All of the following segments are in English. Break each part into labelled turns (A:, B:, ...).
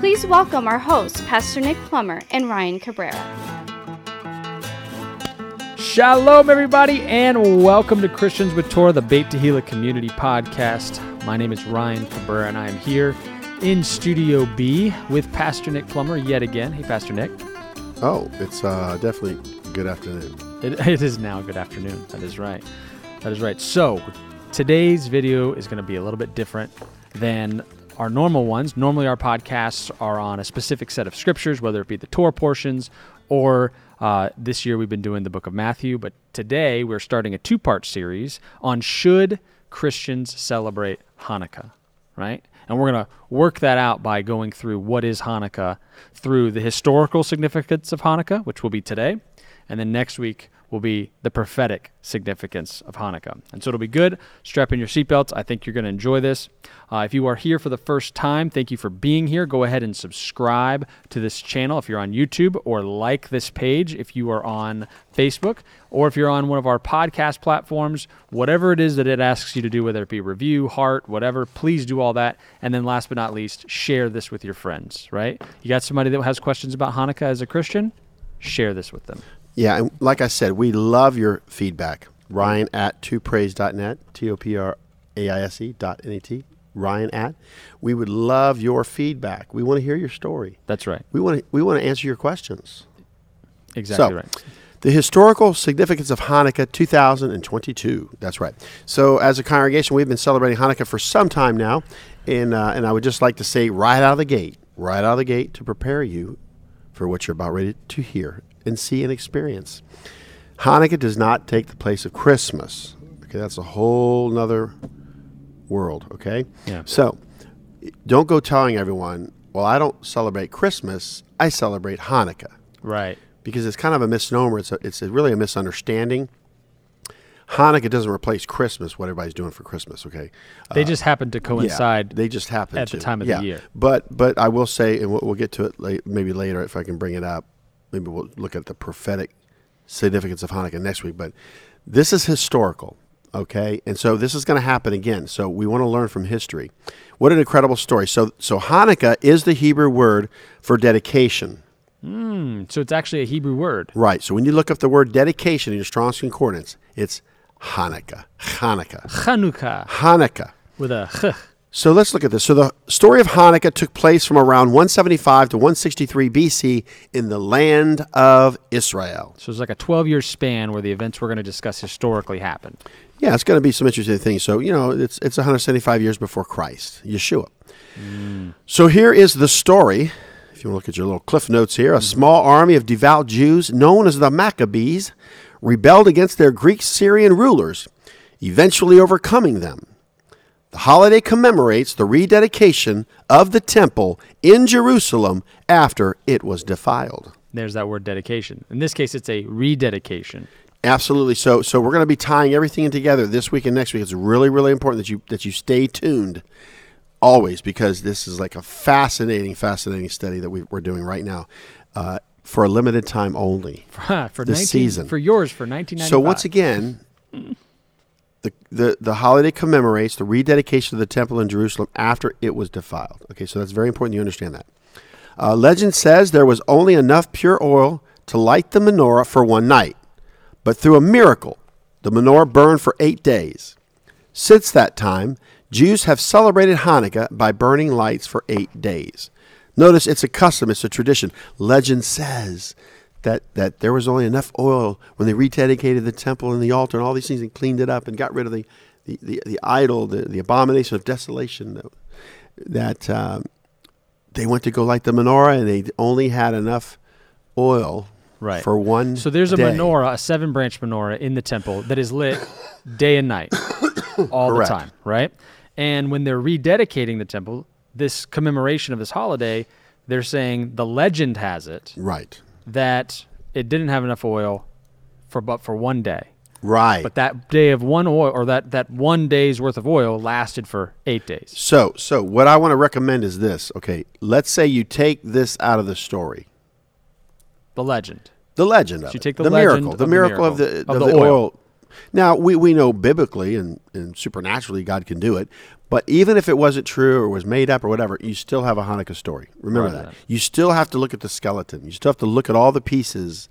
A: Please welcome our hosts, Pastor Nick Plummer and Ryan Cabrera.
B: Shalom, everybody, and welcome to Christians with Torah, the Beit Tehillah Community Podcast. My name is Ryan Cabrera, and I am here in Studio B with Pastor Nick Plummer yet again. Hey, Pastor Nick.
C: Oh, it's uh, definitely good afternoon.
B: It, it is now good afternoon. That is right. That is right. So, today's video is going to be a little bit different than our normal ones. Normally, our podcasts are on a specific set of scriptures, whether it be the Torah portions or uh, this year we've been doing the book of Matthew. But today, we're starting a two part series on should Christians celebrate Hanukkah? right? And we're going to work that out by going through what is Hanukkah, through the historical significance of Hanukkah, which will be today, and then next week will be the prophetic significance of Hanukkah. And so it'll be good. Strap in your seatbelts. I think you're going to enjoy this. Uh, if you are here for the first time, thank you for being here. Go ahead and subscribe to this channel if you're on YouTube, or like this page if you are on Facebook, or if you're on one of our podcast platforms, whatever it is that it asks you to do, whether it be review, heart, whatever, please do all that. And then last but not least, share this with your friends, right? You got somebody that has questions about Hanukkah as a Christian? Share this with them.
C: Yeah, and like I said, we love your feedback. Ryan at twopraise.net, T O P R A I S E dot N A T, Ryan at. We would love your feedback. We want to hear your story.
B: That's right.
C: We want to, we want to answer your questions.
B: Exactly
C: so,
B: right.
C: the historical significance of Hanukkah 2022. That's right. So, as a congregation, we've been celebrating Hanukkah for some time now, and uh, and I would just like to say right out of the gate, right out of the gate, to prepare you for what you're about ready to hear and see and experience. Hanukkah does not take the place of Christmas. Okay, that's a whole nother world. Okay,
B: Yeah.
C: so don't go telling everyone, well, I don't celebrate Christmas. I celebrate Hanukkah
B: Right.
C: because it's kind of a misnomer. It's a, it's a, really a misunderstanding. Hanukkah doesn't replace Christmas. What everybody's doing for Christmas, okay? Uh,
B: They just happen to coincide.
C: Yeah, they just happen
B: at the
C: to.
B: time of the
C: yeah.
B: year.
C: But but I will say, and we'll, we'll get to it late, maybe later if I can bring it up. Maybe we'll look at the prophetic significance of Hanukkah next week. But this is historical, okay? And so this is going to happen again. So we want to learn from history. What an incredible story! So so Hanukkah is the Hebrew word for dedication.
B: Hmm, so it's actually a Hebrew word.
C: Right. So when you look up the word dedication in your Strong's Concordance, it's Hanukkah. Hanukkah.
B: Chanukah
C: Hanukkah.
B: with a ch.
C: So let's look at this. So the story of Hanukkah took place from around 175 to 163 BC in the land of Israel.
B: So it's like a 12 year span where the events we're going to discuss historically happened.
C: Yeah, it's going to be some interesting things. So, you know, it's it's 175 years before Christ, Yeshua. So here is the story. If you want to look at your little cliff notes here, a small army of devout Jews known as the Maccabees rebelled against their Greek Syrian rulers, eventually overcoming them. The holiday commemorates the rededication of the temple in Jerusalem after it was defiled.
B: There's that word dedication. In this case, it's a rededication.
C: Absolutely. So so we're going to be tying everything in together this week and next week. It's really really important that you that you stay tuned always because this is like a fascinating fascinating study that we, we're doing right now uh, for a limited time only.
B: for 19,
C: season.
B: For yours, for 1995.
C: So once again, the, the the holiday commemorates the rededication of the temple in Jerusalem after it was defiled. Okay, so that's very important you understand that. Uh, legend says there was only enough pure oil to light the menorah for one night, but through a miracle, the menorah burned for eight days. Since that time, Jews have celebrated Hanukkah by burning lights for eight days. Notice it's a custom, it's a tradition. Legend says that, that there was only enough oil when they rededicated the temple and the altar and all these things and cleaned it up and got rid of the, the, the, the idol, the, the abomination of desolation, that, that um, they went to go light the menorah and they only had enough oil
B: Right.
C: for one
B: So there's a
C: day.
B: menorah, a seven branch menorah in the temple that is lit day and night all
C: Correct.
B: the time, right? And when they're rededicating the temple, this commemoration of this holiday, they're saying the legend has it
C: Right.
B: that it didn't have enough oil for but for one day.
C: Right.
B: But that day of one oil or that, that one day's worth of oil lasted for eight days.
C: so, so what I want to recommend is this. Okay, let's say you take this out of the story,
B: The legend.
C: the legend of
B: So you
C: it,
B: take the
C: the
B: legend
C: miracle,
B: of
C: the
B: the
C: miracle of
B: miracle,
C: the,
B: of
C: of
B: the
C: the
B: oil.
C: oil. Now we, we know biblically and, and supernaturally God can do it, but even if it wasn't true or was made up or whatever, you still have a Hanukkah story. Remember
B: Right.
C: that. You still have to look at the skeleton. You still have to look at all the pieces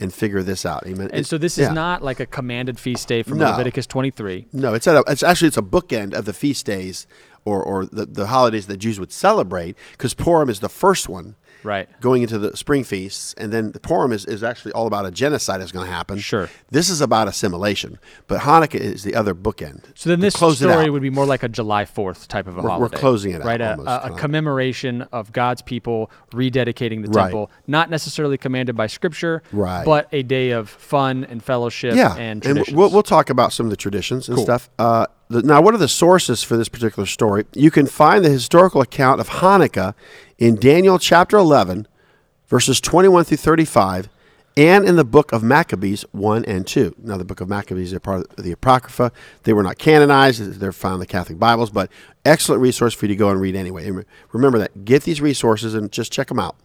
C: and figure this out. Amen.
B: And
C: It-
B: so this
C: yeah.
B: is not like a commanded feast day from
C: No.
B: Leviticus 23.
C: No, it's at a, it's actually it's a bookend of the feast days or, or the, the holidays that Jews would celebrate because Purim is the first one
B: Right.
C: going into the spring feasts and then the Purim is, is actually all about a genocide that's going to happen.
B: Sure.
C: This is about assimilation, but Hanukkah is the other bookend.
B: So then
C: To
B: this
C: close it
B: story
C: out.
B: would be more like a July 4th type of a
C: we're
B: holiday.
C: closing it out
B: Right, a-
C: almost,
B: a, a
C: kinda.
B: commemoration of God's people rededicating the
C: Right.
B: temple, not necessarily commanded by scripture,
C: Right.
B: but a day of fun and fellowship
C: yeah,
B: and
C: w-
B: traditions.
C: we'll, we'll talk about some of the traditions and
B: Cool.
C: stuff. Uh, the, now, what are the sources for this particular story? You can find the historical account of Hanukkah in Daniel chapter 11, verses 21 through 35, and in the book of Maccabees 1 and 2. Now, the book of Maccabees are part of the Apocrypha. They were not canonized, they're found in the Catholic Bibles, but excellent resource for you to go and read anyway. And re- Remember that. Get these resources and just check them out.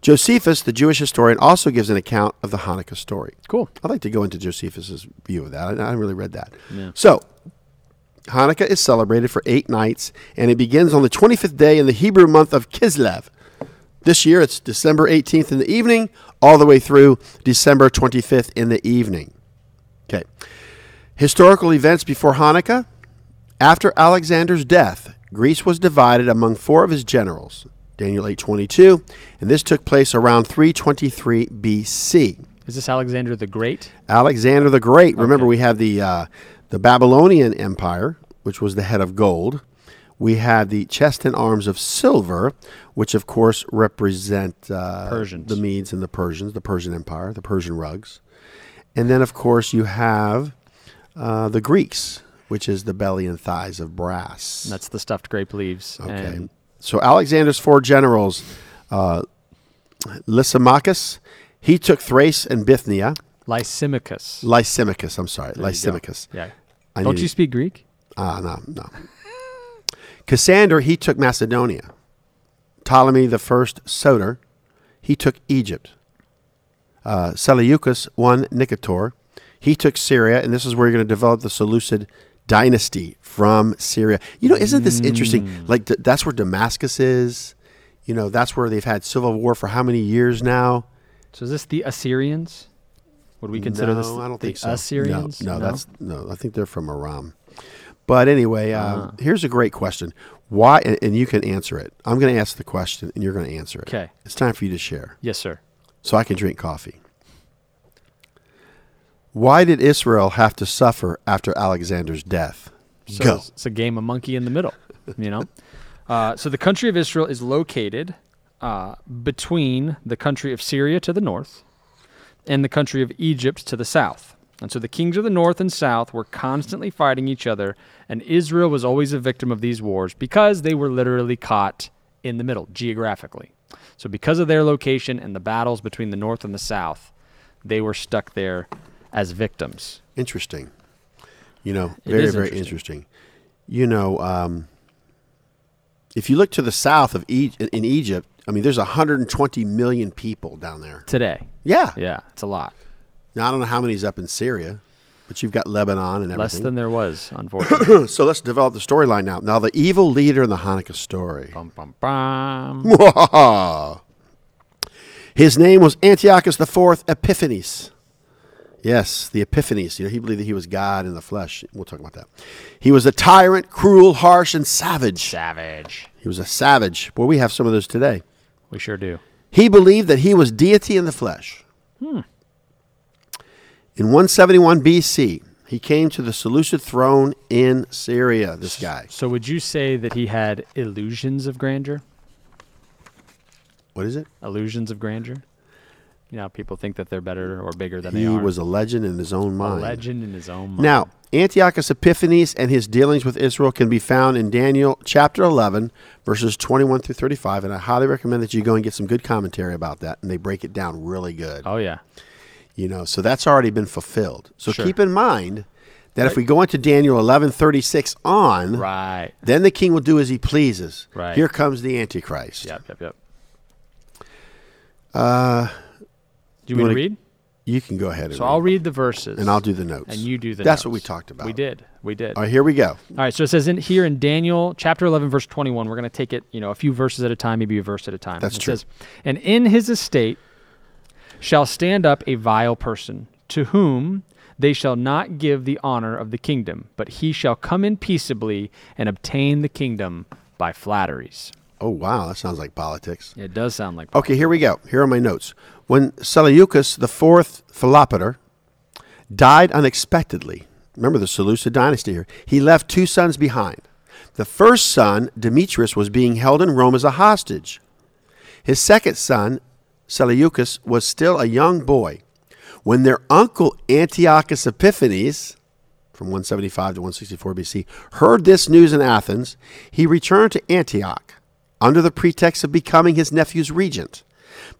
C: Josephus, the Jewish historian, also gives an account of the Hanukkah story.
B: cool.
C: I'd like to go into Josephus's view of that. I, I haven't really read that. So, Hanukkah is celebrated for eight nights, and it begins on the 25th day in the Hebrew month of Kislev. This year, it's December 18th in the evening, all the way through December 25th in the evening. Okay. Historical events before Hanukkah. After Alexander's death, Greece was divided among four of his generals. Daniel 8:22, and this took place around 323 BC.
B: Is this Alexander the Great?
C: Alexander the Great. Remember, we had the uh, the Babylonian Empire, which was the head of gold. We had the chest and arms of silver, which of course represent uh,
B: Persians.
C: the Medes and the Persians, the Persian Empire, the Persian rugs, and then of course you have uh, the Greeks, which is the belly and thighs of brass.
B: That's the stuffed grape leaves.
C: Okay.
B: And
C: So Alexander's four generals, uh, Lysimachus, he took Thrace and Bithynia.
B: Lysimachus.
C: Lysimachus, I'm sorry,
B: you go.
C: Lysimachus.
B: Yeah.
C: I
B: Don't
C: need-
B: you speak Greek?
C: Ah, no, no. Cassander, he took Macedonia. Ptolemy the first, Soter, he took Egypt. Uh, Seleucus one Nicator, he took Syria, and this is where you're going to develop the Seleucid dynasty from Syria. You know, isn't this interesting? Like th- that's where Damascus is. You know, that's where they've had civil war for how many years now?
B: So is this the Assyrians? Would we consider
C: no,
B: this
C: I don't
B: the
C: think so.
B: Assyrians?
C: No, no, that's no. I think they're from Aram. But anyway, um,
B: Ah.
C: here's a great question. Why? And, and you can answer it. I'm going to ask the question, and you're going to answer it.
B: 'Kay.
C: It's time for you to share,
B: Yes, sir.
C: so I can drink coffee. Why did Israel have to suffer after Alexander's death?
B: So
C: Go.
B: It's, it's a game of monkey in the middle, you know? Uh, so the country of Israel is located uh, between the country of Syria to the north and the country of Egypt to the south. And so the kings of the north and south were constantly fighting each other, and Israel was always a victim of these wars because they were literally caught in the middle geographically. So, because of their location and the battles between the north and the south, they were stuck there as victims.
C: Interesting. You know,
B: It
C: very,
B: is
C: very
B: interesting.
C: interesting. You know, um, if you look to the south of e- in Egypt, I mean, there's 120 million people down there.
B: Today,
C: Yeah.
B: yeah, it's a lot.
C: Now, I don't know how many's up in Syria, but you've got Lebanon and
B: Less
C: everything.
B: than there was, unfortunately.
C: so let's develop the storyline now. Now, the evil leader in the Hanukkah story.
B: bum, bum, bum.
C: His name was Antiochus the Fourth Epiphanes. Yes, the Epiphanes. You know, he believed that he was God in the flesh. We'll talk about that. He was a tyrant, cruel, harsh, and savage.
B: Savage.
C: He was a savage. Boy, we have some of those today.
B: We sure do.
C: He believed that he was deity in the flesh.
B: Hmm.
C: In 171 BC, he came to the Seleucid throne in Syria, this guy.
B: So, would you say that he had illusions of grandeur?
C: What is it?
B: Illusions of grandeur? you know, people think that they're better or bigger than
C: He
B: they are.
C: was a legend in his own
B: a
C: mind.
B: legend in his own mind.
C: Now, Antiochus Epiphanes and his dealings with Israel can be found in Daniel chapter 11, verses 21 through 35. And I highly recommend that you go and get some good commentary about that. And they break it down really good.
B: oh yeah,
C: You know, so that's already been fulfilled. So
B: Sure.
C: keep in mind that if we go into Daniel 11, 36 on,
B: right.
C: then the king will do as he pleases.
B: Right.
C: Here comes the Antichrist.
B: Yep, yep, yep.
C: Uh,
B: Do you want to
C: wanna-
B: read?
C: you can go ahead and,
B: So I'll read the verses,
C: and I'll do the notes.
B: and you do the.
C: That's what we
B: notes.
C: talked about.
B: We did. We did.
C: All right, here we go.
B: All right, so it says in here in Daniel chapter 11 verse 21, we're going to take it, you know, a few verses at a time, maybe a verse at a time.
C: That's
B: it
C: true.
B: says, "And in his estate shall stand up a vile person, to whom they shall not give the honor of the kingdom, but he shall come in peaceably and obtain the kingdom by flatteries."
C: Oh, wow. That sounds like politics.
B: It does sound like
C: Okay, here we go. Here are my notes. When Seleucus the fourth Philopater died unexpectedly, remember the Seleucid dynasty here, he left two sons behind. The first son, Demetrius, was being held in Rome as a hostage. His second son, Seleucus, was still a young boy. When their uncle Antiochus Epiphanes, from 175 to 164 BC, heard this news in Athens, he returned to Antioch under the pretext of becoming his nephew's regent.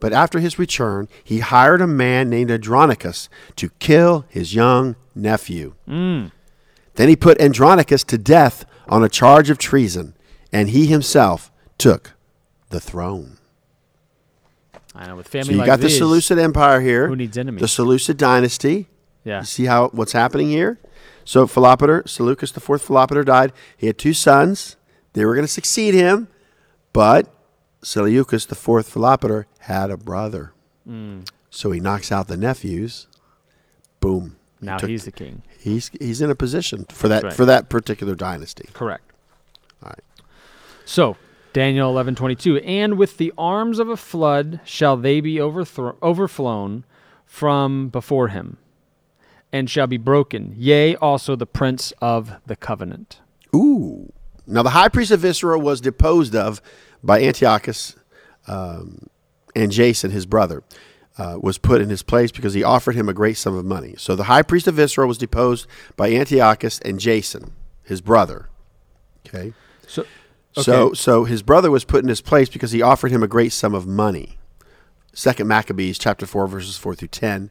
C: But after his return, he hired a man named Andronicus to kill his young nephew. Then he put Andronicus to death on a charge of treason, and he himself took the throne.
B: I know with family
C: So you
B: like
C: got the
B: these-
C: Seleucid Empire here.
B: Who needs enemies?
C: The Seleucid dynasty.
B: Yeah.
C: You see how what's happening here? So Philopater, Seleucus the fourth Philopater died. He had two sons. They were going to succeed him, but Seleucus the fourth Philopater had a brother.
B: Hmm.
C: So he knocks out the nephews. Boom. He
B: Now
C: took-
B: he's the king.
C: he's he's in a position for that
B: right.
C: for that particular dynasty.
B: Correct.
C: All right.
B: So Daniel eleven twenty two, and with the arms of a flood shall they be overthro- overflown from before him, and shall be broken. Yea, also the prince of the covenant.
C: Ooh. Now, the high priest of Israel was deposed of by Antiochus, um, and Jason, his brother, uh, was put in his place because he offered him a great sum of money. So the high priest of Israel was deposed by Antiochus and Jason, his brother. Okay.
B: So,
C: So,
B: Okay.
C: so his brother was put in his place because he offered him a great sum of money. Second Maccabees chapter four verses four through ten.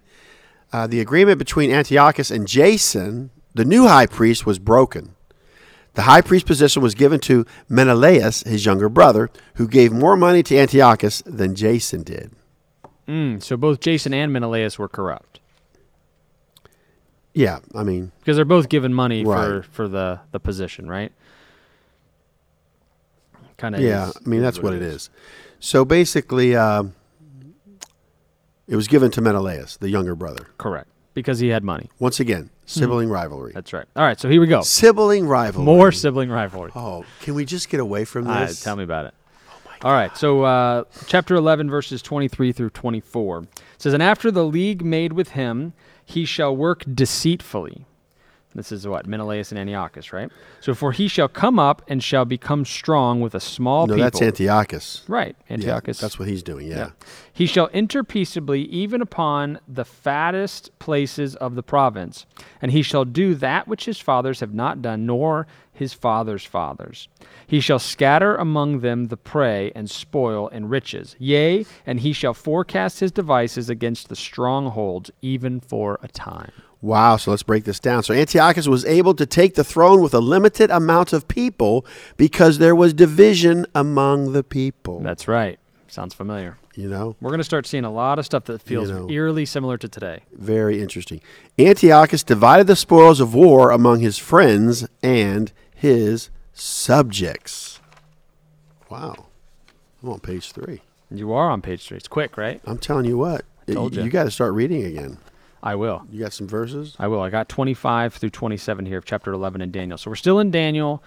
C: Uh, the agreement between Antiochus and Jason, the new high priest, was broken. The high priest position was given to Menelaus, his younger brother, who gave more money to Antiochus than Jason did.
B: mm, so both Jason and Menelaus were corrupt
C: Yeah, I mean,
B: because they're both given money for
C: Right.
B: for the the position, right? Kind of.
C: yeah, I mean that's what it is. So basically, um, it was given to Menelaus, the younger brother.
B: Correct, because he had money.
C: Once again, sibling rivalry.
B: That's right. All right, so here we go.
C: Sibling rivalry.
B: More sibling rivalry.
C: Oh, can we just get away from
B: Ah,
C: this?
B: tell me about it. All right, so uh, chapter 11, verses 23 through 24 It says, And after the league made with him, he shall work deceitfully. This is what? Menelaus and Antiochus, right? So, for he shall come up and shall become strong with a small
C: No,
B: people.
C: that's Antiochus.
B: Right,
C: Yeah,
B: Antiochus.
C: that's what he's doing. Yeah.
B: He shall enter peaceably even upon the fattest places of the province, and he shall do that which his fathers have not done, nor his fathers' fathers. He shall scatter among them the prey and spoil and riches. Yea, and he shall forecast his devices against the strongholds, even for a time.
C: Wow. So let's break this down. So Antiochus was able to take the throne with a limited amount of people because there was division among the people.
B: That's right. Sounds familiar.
C: you know,
B: We're going to start seeing a lot of stuff that feels
C: know.
B: eerily similar to today.
C: very interesting. Antiochus divided the spoils of war among his friends and his subjects. Wow. I'm on page three.
B: You are on page three. It's quick, right?
C: I'm telling you what.
B: Told ya.
C: you got to start reading again.
B: I will.
C: You got some verses?
B: I will. I got 25 through 27 here of chapter 11 in Daniel. So we're still in Daniel.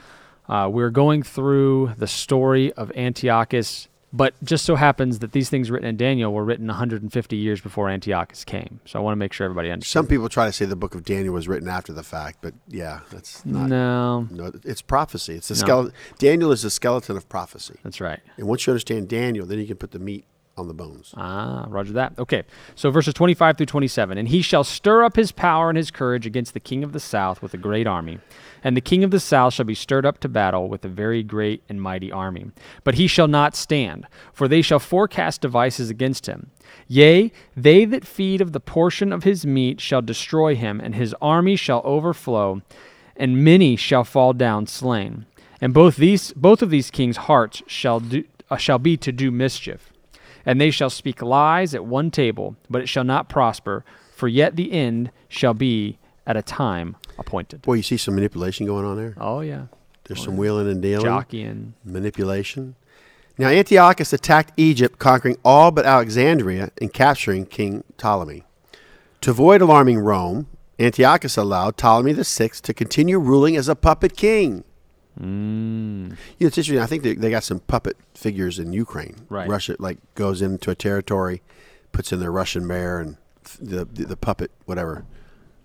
B: Uh, we're going through the story of Antiochus, but just so happens that these things written in Daniel were written 150 years before Antiochus came. So I want to make sure everybody understands.
C: Some people try to say the book of Daniel was written after the fact, but yeah, that's not. No,
B: No,
C: it's prophecy. It's the
B: No.
C: skeleton. Daniel is the skeleton of prophecy.
B: that's right.
C: And once you understand Daniel, then you can put the meat on the bones.
B: Ah, roger that. Okay. So verses 25 through 27. And he shall stir up his power and his courage against the king of the south with a great army. And the king of the south shall be stirred up to battle with a very great and mighty army. But he shall not stand, for they shall forecast devices against him. Yea, they that feed of the portion of his meat shall destroy him, and his army shall overflow, and many shall fall down slain. And both these both of these kings' hearts shall do, uh, shall be to do mischief. And they shall speak lies at one table, but it shall not prosper, for yet the end shall be at a time appointed.
C: Boy, you see some manipulation going on there.
B: Oh yeah.
C: There's some wheeling and dealing,
B: Jockeying.
C: manipulation. Now, Antiochus attacked Egypt, conquering all but Alexandria and capturing King Ptolemy. To avoid alarming Rome, Antiochus allowed Ptolemy VI to continue ruling as a puppet king.
B: Mm.
C: You know, it's interesting. I think they, they got some puppet figures in Ukraine.
B: Right.
C: Russia like goes into a territory, puts in their Russian mayor and the the, the puppet whatever,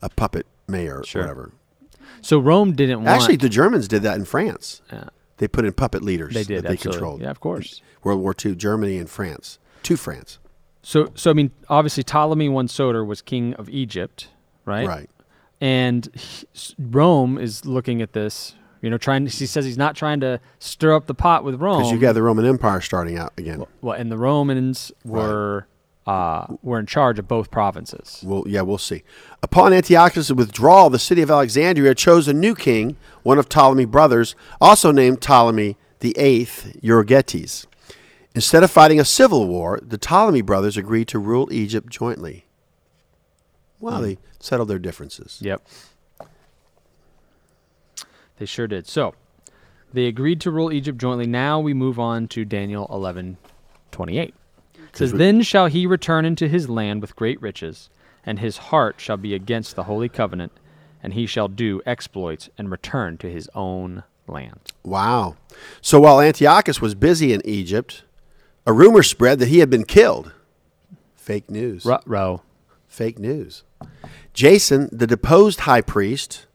C: a puppet mayor
B: Sure.
C: or whatever.
B: So Rome didn't want
C: Actually, the Germans did that in France.
B: Yeah.
C: They put in puppet leaders
B: They did,
C: that they
B: absolutely.
C: controlled.
B: Yeah, of course.
C: World War II, Germany and France. To France.
B: So so I mean obviously Ptolemy one Soter was king of Egypt, right?
C: Right.
B: And he- s- Rome is looking at this, you know, trying he says he's not trying to stir up the pot with Rome.
C: Because you got the Roman Empire starting out again. Well,
B: well, and the Romans were uh, were in charge of both provinces.
C: yeah, we'll see. Upon Antiochus' withdrawal, the city of Alexandria chose a new king, one of Ptolemy's brothers, also named Ptolemy the Eighth Euergetes. Instead of fighting a civil war, the Ptolemy brothers agreed to rule Egypt jointly. Well, they settled their differences.
B: Yep. They sure did. So they agreed to rule Egypt jointly. Now we move on to Daniel eleven twenty eight. It says, Then shall he return into his land with great riches, and his heart shall be against the holy covenant, and he shall do exploits and return to his own land.
C: Wow. So while Antiochus was busy in Egypt, a rumor spread that he had been killed. Fake news.
B: Rut row.
C: Fake news. Jason, the deposed high priest,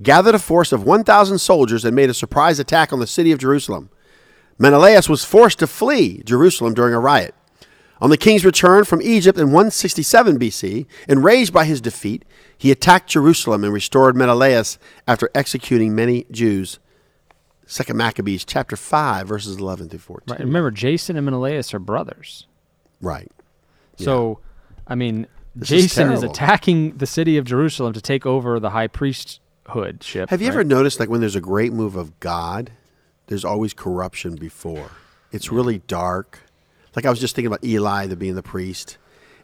C: gathered a force of 1,000 soldiers and made a surprise attack on the city of Jerusalem. Menelaus was forced to flee Jerusalem during a riot. On the king's return from Egypt in 167 BC, enraged by his defeat, he attacked Jerusalem and restored Menelaus after executing many Jews. Second Maccabees chapter 5 verses 11 through 14.
B: Right. and Remember, Jason and Menelaus are brothers.
C: Right.
B: So, I mean,
C: is
B: Jason is,
C: terrible.
B: attacking the city of Jerusalem to take over the high priesthood ship.
C: Have you ever noticed like when there's a great move of God, there's always corruption before. It's really dark. Like I was just thinking about Eli, the being the priest,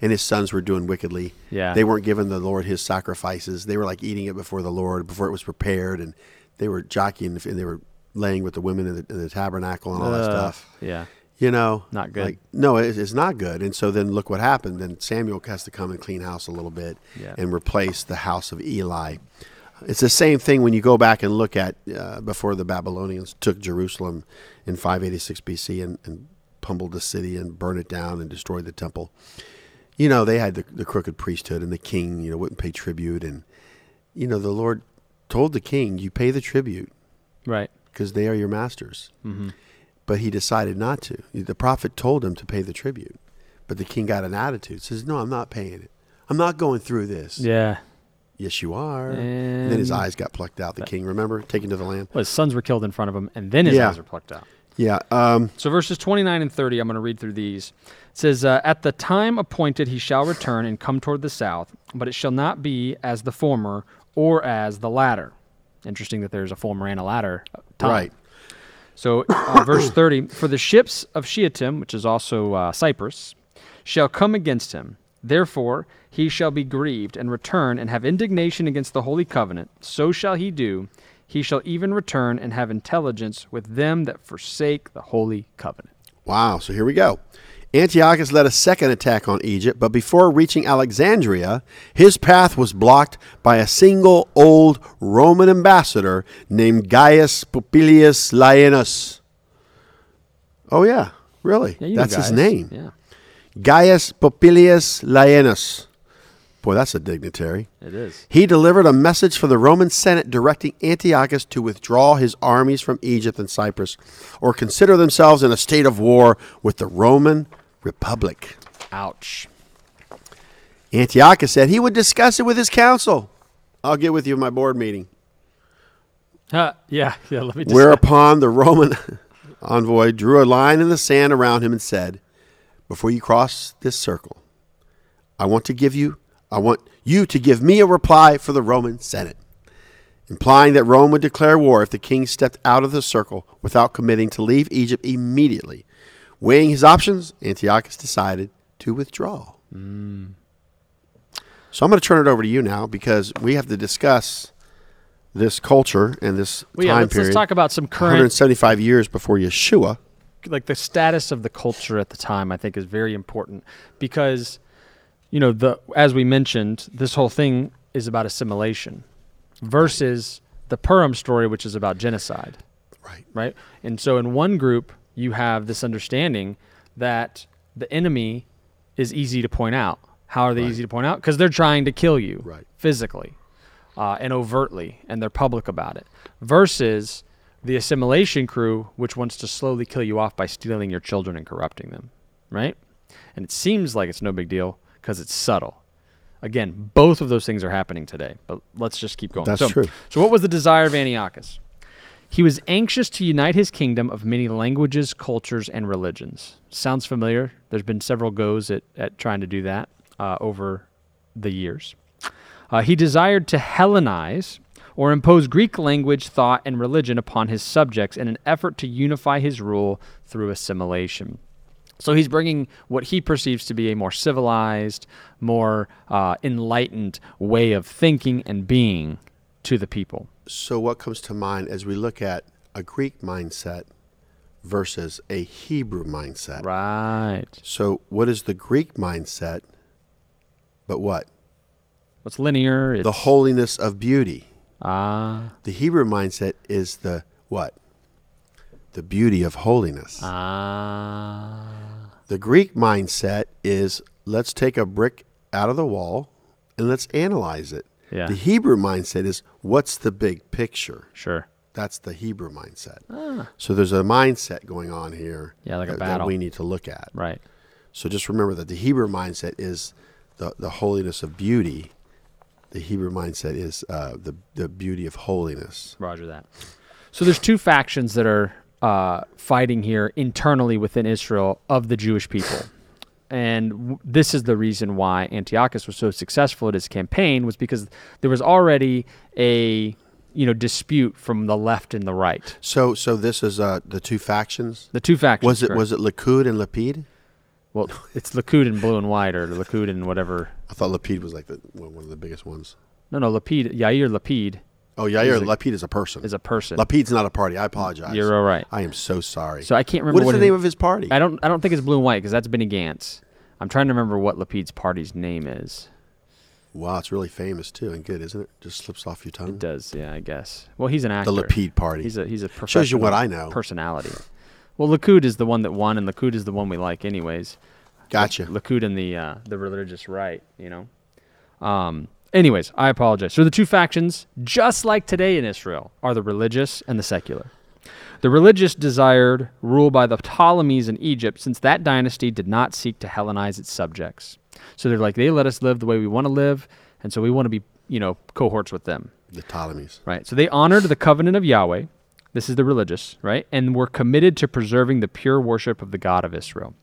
C: and his sons were doing wickedly.
B: Yeah.
C: They weren't giving the Lord his sacrifices. They were like eating it before the Lord, before it was prepared, and they were jockeying and they were laying with the women in the, in the tabernacle and all that stuff.
B: Yeah.
C: You know,
B: Not good.
C: Like, no, it, it's not good. And so then look what happened. Then Samuel has to come and clean house a little bit
B: Yeah.
C: and replace the house of Eli. It's the same thing when you go back and look at uh, before the Babylonians took Jerusalem in 586 BC and, and pummeled the city and burned it down and destroyed the temple. You know, they had the, the crooked priesthood and the king, you know, wouldn't pay tribute. And, you know, the Lord told the king, you pay the tribute
B: Right.
C: because they are your masters.
B: Mm-hmm.
C: But he decided not to. The prophet told him to pay the tribute, but the king got an attitude. Says, "No, I'm not paying it. I'm not going through this."
B: Yeah.
C: Yes, you are. And then his
B: And-
C: eyes got plucked out. The king, remember, taken to the lamb.
B: Well, his sons were killed in front of him, and then his
C: Yeah.
B: eyes were plucked out.
C: Yeah. Um,
B: So verses 29 and 30, I'm going to read through these. It says, uh, At the time appointed, he shall return and come toward the south, but it shall not be as the former or as the latter. Interesting that there's a former and a latter time.
C: right.
B: So, uh, verse 30 For the ships of Sheatim, which is also uh, Cyprus, shall come against him. Therefore, he shall be grieved and return and have indignation against the holy covenant. So shall he do. He shall even return and have intelligence with them that forsake the holy covenant.
C: Wow. So here we go. Antiochus led a second attack on Egypt, but before reaching Alexandria, his path was blocked by a single old Roman ambassador named Gaius Popilius Laius. Oh, yeah, really?
B: Yeah, you know
C: that's his
B: guys.
C: name.
B: Yeah,
C: Gaius Popilius Laius. Boy, that's a dignitary.
B: it is.
C: He delivered a message for the Roman Senate directing Antiochus to withdraw his armies from Egypt and Cyprus or consider themselves in a state of war with the Roman republic.
B: Ouch.
C: Antiochus said he would discuss it with his council. I'll get with you at my board meeting.
B: Huh, yeah, yeah. Let me. Just
C: Whereupon the Roman envoy drew a line in the sand around him and said, Before you cross this circle, I want to give you I want you to give me a reply for the Roman Senate, implying that Rome would declare war if the king stepped out of the circle without committing to leave Egypt immediately. Weighing his options, Antiochus decided to withdraw.
B: Mm.
C: So I'm going to turn it over to you now because we have to discuss this culture and this
B: Well,
C: time
B: yeah, let's,
C: period.
B: let's talk about some current
C: 175 years before Yeshua.
B: like the status of the culture at the time i think is very important because you know the as we mentioned this whole thing is about assimilation versus the purim story which is about genocide
C: Right.
B: right and so in one group you have this understanding that the enemy is easy to point out how are they easy to point out because they're trying to kill you
C: Right.
B: physically uh, and overtly, and they're public about it, versus the assimilation crew, which wants to slowly kill you off by stealing your children and corrupting them, right? And it seems like it's no big deal because it's subtle. Again, both of those things are happening today, but let's just keep going.
C: That's
B: so,
C: true.
B: So, what was the desire of Antiochus? He was anxious to unite his kingdom of many languages, cultures, and religions. Sounds familiar. There's been several goes at, at trying to do that uh, over the years. Uh, he desired to Hellenize or impose Greek language, thought, and religion upon his subjects in an effort to unify his rule through assimilation. So he's bringing what he perceives to be a more civilized, more uh, enlightened way of thinking and being to the people.
C: So, what comes to mind as we look at a Greek mindset versus a Hebrew mindset?
B: Right.
C: So, what is the Greek mindset? But what?
B: What's linear? It's,
C: The holiness of beauty.
B: ah
C: The Hebrew mindset is the what? The beauty of holiness.
B: ah.
C: The Greek mindset is let's take a brick out of the wall and let's analyze it.
B: Yeah.
C: The Hebrew mindset is what's the big picture?
B: Sure.
C: That's the Hebrew mindset. So there's a mindset going on here
B: Ah. Yeah, like a
C: that, that
B: battle.
C: we need to look at.
B: Right.
C: So just remember that the Hebrew mindset is the, the holiness of beauty. The Hebrew mindset is uh, the, the beauty of holiness.
B: Roger that. So there's two factions that are uh, fighting here internally within Israel of the Jewish people, and w- this is the reason why Antiochus was so successful at his campaign was because there was already a you know dispute from the left and the right.
C: So so this is uh, the two factions.
B: The two factions
C: Was it
B: correct.
C: was it Likud and Lapid?
B: well, it's Likud and blue and white or Likud and whatever.
C: I thought Lapid was like the one one of the biggest ones.
B: No, no, Lapid Yair Lapid
C: Oh Yair Lapid is a person.
B: is a person.
C: Lapid's not a party. I apologize.
B: You're all right.
C: I am so sorry.
B: So I can't remember
C: what is
B: what
C: the
B: his-
C: name of his party?
B: I don't. I don't think it's blue and white because that's Benny Gantz. I'm trying to remember what Lapid's party's name is.
C: Wow, it's really famous too and good, isn't it? Just slips off your tongue.
B: It does, yeah, I guess. Well, he's an actor.
C: The Lapid party.
B: He's a he's a professional
C: Shows you what I know.
B: personality. Well, Likud is the one that won, and Likud is the one we like, anyways.
C: Gotcha.
B: Likud and the uh, the religious right, you know. Um. Anyways, I apologize. So the two factions, just like today in Israel, are the religious and the secular. The religious desired rule by the Ptolemies in Egypt, since that dynasty did not seek to Hellenize its subjects. So they're like, they let us live the way we want to live, and so we want to be, you know, cohorts with them.
C: The Ptolemies.
B: Right. So they honored the covenant of Yahweh. This is the religious, right? And were committed to preserving the pure worship of the God of Israel.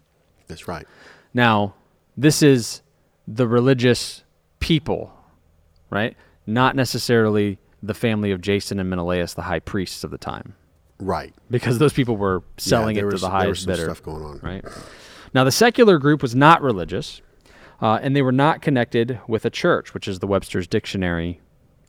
C: That's right.
B: Now, this is the religious people, right? Not necessarily the family of Jason and Menelaus, the high priests of the time,
C: Right.
B: because those people were
C: Yeah,
B: selling
C: there
B: it to
C: was-
B: the
C: There was
B: highest
C: some
B: bidder
C: stuff going on.
B: right? Now, the secular group was not religious, uh, and they were not connected with a church, which is the Webster's Dictionary.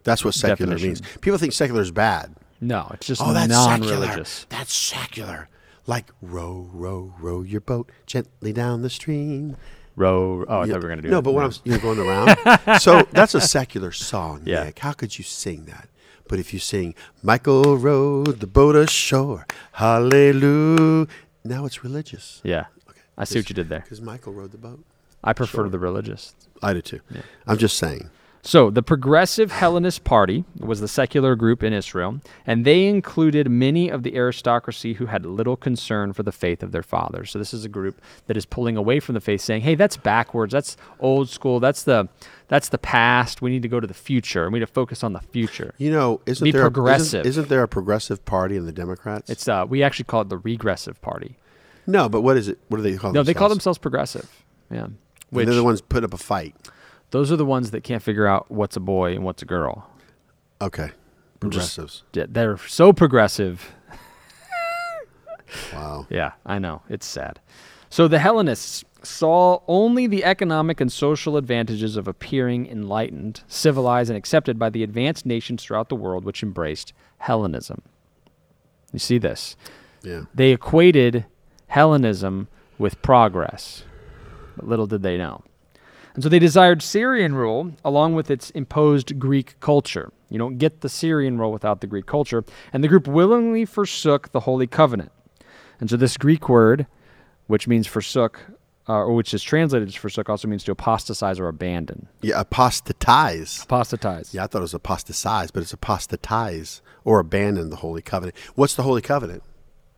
C: That's what secular
B: Definition.
C: means. People think secular is bad.
B: No, it's just
C: Oh, that's
B: non-religious.
C: secular. That's secular. Like row, row, row your boat gently down the stream.
B: Row. Oh, I thought we were gonna do
C: no,
B: that.
C: but when I'm s- you're going around, so that's a secular song.
B: Yeah.
C: Nick. How could you sing that? But if you sing Michael rowed the boat ashore, hallelujah, now it's religious.
B: yeah, I see what you did there.
C: Because Michael rowed the boat.
B: I prefer the religious.
C: I do too. I'm just saying.
B: So, the Progressive Hellenist Party was the secular group in Israel, and they included many of the aristocracy who had little concern for the faith of their fathers. So, this is a group that is pulling away from the faith, saying, "Hey, that's backwards. That's old school. That's the that's the past. We need to go to the future. and We need to focus on the future."
C: You know, isn't
B: Be
C: there a- isn't-
B: progressive.
C: Isn't, there a progressive party in the Democrats?
B: It's uh, we actually call it the regressive party.
C: no, but what is it? What do they call?
B: No, they call themselves
C: themselves?
B: progressive. Yeah,
C: And
B: which
C: they're the ones putting up a fight.
B: those are the ones that can't figure out what's a boy and what's a girl.
C: Okay, progressives.
B: Yeah, They're so progressive
C: wow.
B: Yeah, I know. It's sad. So the Hellenists saw only the economic and social advantages of appearing enlightened, civilized, and accepted by the advanced nations throughout the world which embraced Hellenism. You see this?
C: Yeah.
B: They equated Hellenism with progress, but little did they know. And so they desired Syrian rule along with its imposed Greek culture. You don't get the Syrian rule without the Greek culture. And the group willingly forsook the Holy Covenant. And so this Greek word, which means forsook, uh, or which is translated as forsook, also means to apostatize or abandon.
C: Yeah. Apostatize.
B: Apostatize.
C: Yeah, I thought it was apostatize, but it's apostatize or abandon the holy covenant. What's the holy covenant?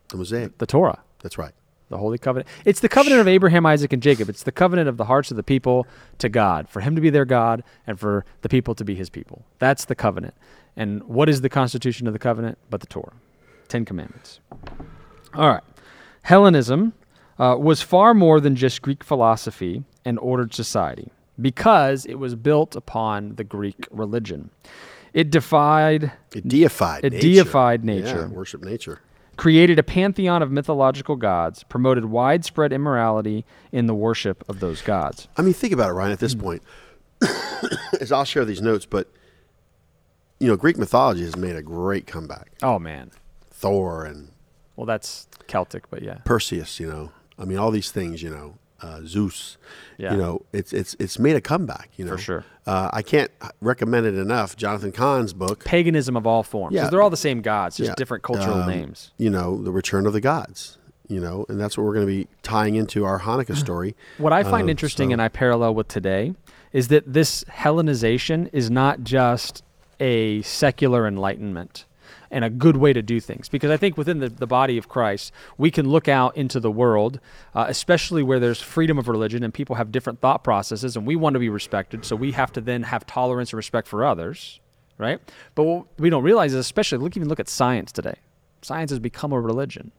C: The Mosaic.
B: The Torah.
C: That's right.
B: The Holy Covenant. It's the covenant of Abraham, Isaac, and Jacob. It's the covenant of the hearts of the people to God, for him to be their God and for the people to be his people. That's the covenant. And what is the constitution of the covenant but the Torah? Ten Commandments. All right. Hellenism uh, was far more than just Greek philosophy and ordered society because it was built upon the Greek religion. It defied
C: It deified.
B: It
C: nature.
B: deified nature.
C: Yeah, worship nature.
B: created a pantheon of mythological gods, promoted widespread immorality in the worship of those gods.
C: I mean, think about it, Ryan. At this
B: Hmm.
C: point, as I'll share these notes, but you know, Greek mythology has made a great comeback.
B: Oh man.
C: Thor and
B: Well, that's Celtic, but yeah.
C: Perseus, you know, I mean, all these things, you know, uh, Zeus,
B: Yeah.
C: you know, it's it's it's made a comeback, you know,
B: sure.
C: Uh, I can't recommend it enough. Jonathan Cahn's book,
B: Paganism of all forms. 'cause
C: Yeah.
B: they're all the same gods, just
C: Yeah.
B: different cultural
C: Um,
B: names.
C: you know, the Return of the Gods, you know, and that's what we're going to be tying into our Hanukkah story.
B: What I find
C: Um,
B: interesting
C: so-
B: and I parallel with today is that this Hellenization is not just a secular enlightenment and a good way to do things. Because I think within the, the body of Christ, we can look out into the world, uh, especially where there's freedom of religion and people have different thought processes and we want to be respected. So we have to then have tolerance and respect for others, right? But what we don't realize is, especially, look, even look at science today. Science has become a religion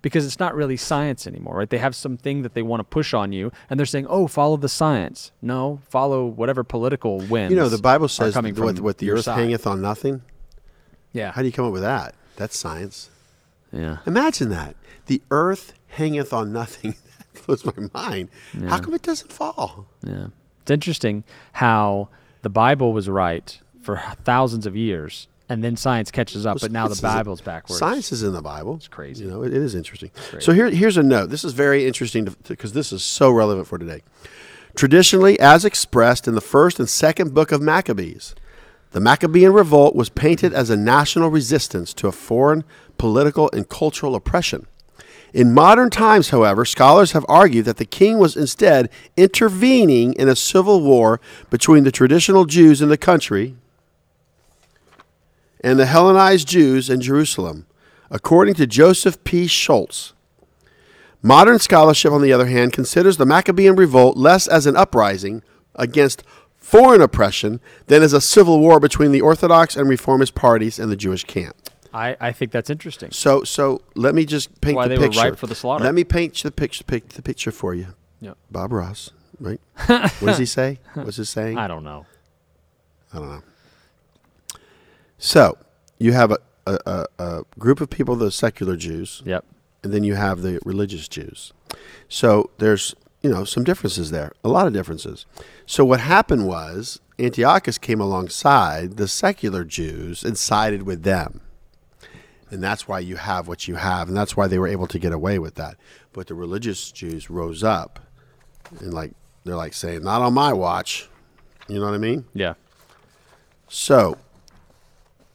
B: because it's not really science anymore, right? They have something that they want to push on you, and they're saying, "Oh, follow the science." No, follow whatever political wins.
C: you know, the Bible
B: are
C: says
B: coming
C: that what,
B: from
C: what the
B: your
C: earth
B: side.
C: hangeth on nothing.
B: Yeah,
C: How do you come up with that? That's science.
B: yeah.
C: Imagine that. The earth hangeth on nothing. that blows my mind. How come it doesn't fall?
B: Yeah. It's interesting how the Bible was right for thousands of years, and then science catches up, but now the
C: This is-
B: Bible's backwards.
C: Science is in the Bible. It's
B: crazy.
C: You know, it- it is interesting. So here, here's a note. This is very interesting because this is so relevant for today. Traditionally, as expressed in the first and second book of Maccabees, the Maccabean revolt was painted as a national resistance to a foreign political and cultural oppression. In modern times, however, scholars have argued that the king was instead intervening in a civil war between the traditional Jews in the country, and the Hellenized Jews in Jerusalem, according to Joseph P. Schultz. Modern scholarship, on the other hand, considers the Maccabean revolt less as an uprising against foreign oppression than as a civil war between the Orthodox and Reformist parties and the Jewish camp.
B: I, I think that's interesting.
C: So, so let me just paint
B: Why
C: the
B: they were
C: picture.
B: ripe for the slaughter.
C: Let me paint the picture, pic, the picture for you.
B: Yeah.
C: Bob Ross, right? what does he say? What's his saying?
B: I don't know.
C: So, you have a, a, a, a group of people, the secular Jews,
B: Yep.
C: and then you have the religious Jews. So there's you know some differences there, a lot of differences. So what happened was Antiochus came alongside the secular Jews and sided with them. And that's why you have what you have, and that's why they were able to get away with that. But the religious Jews rose up and like they're like saying, "Not on my watch." You know what I mean?
B: Yeah.
C: So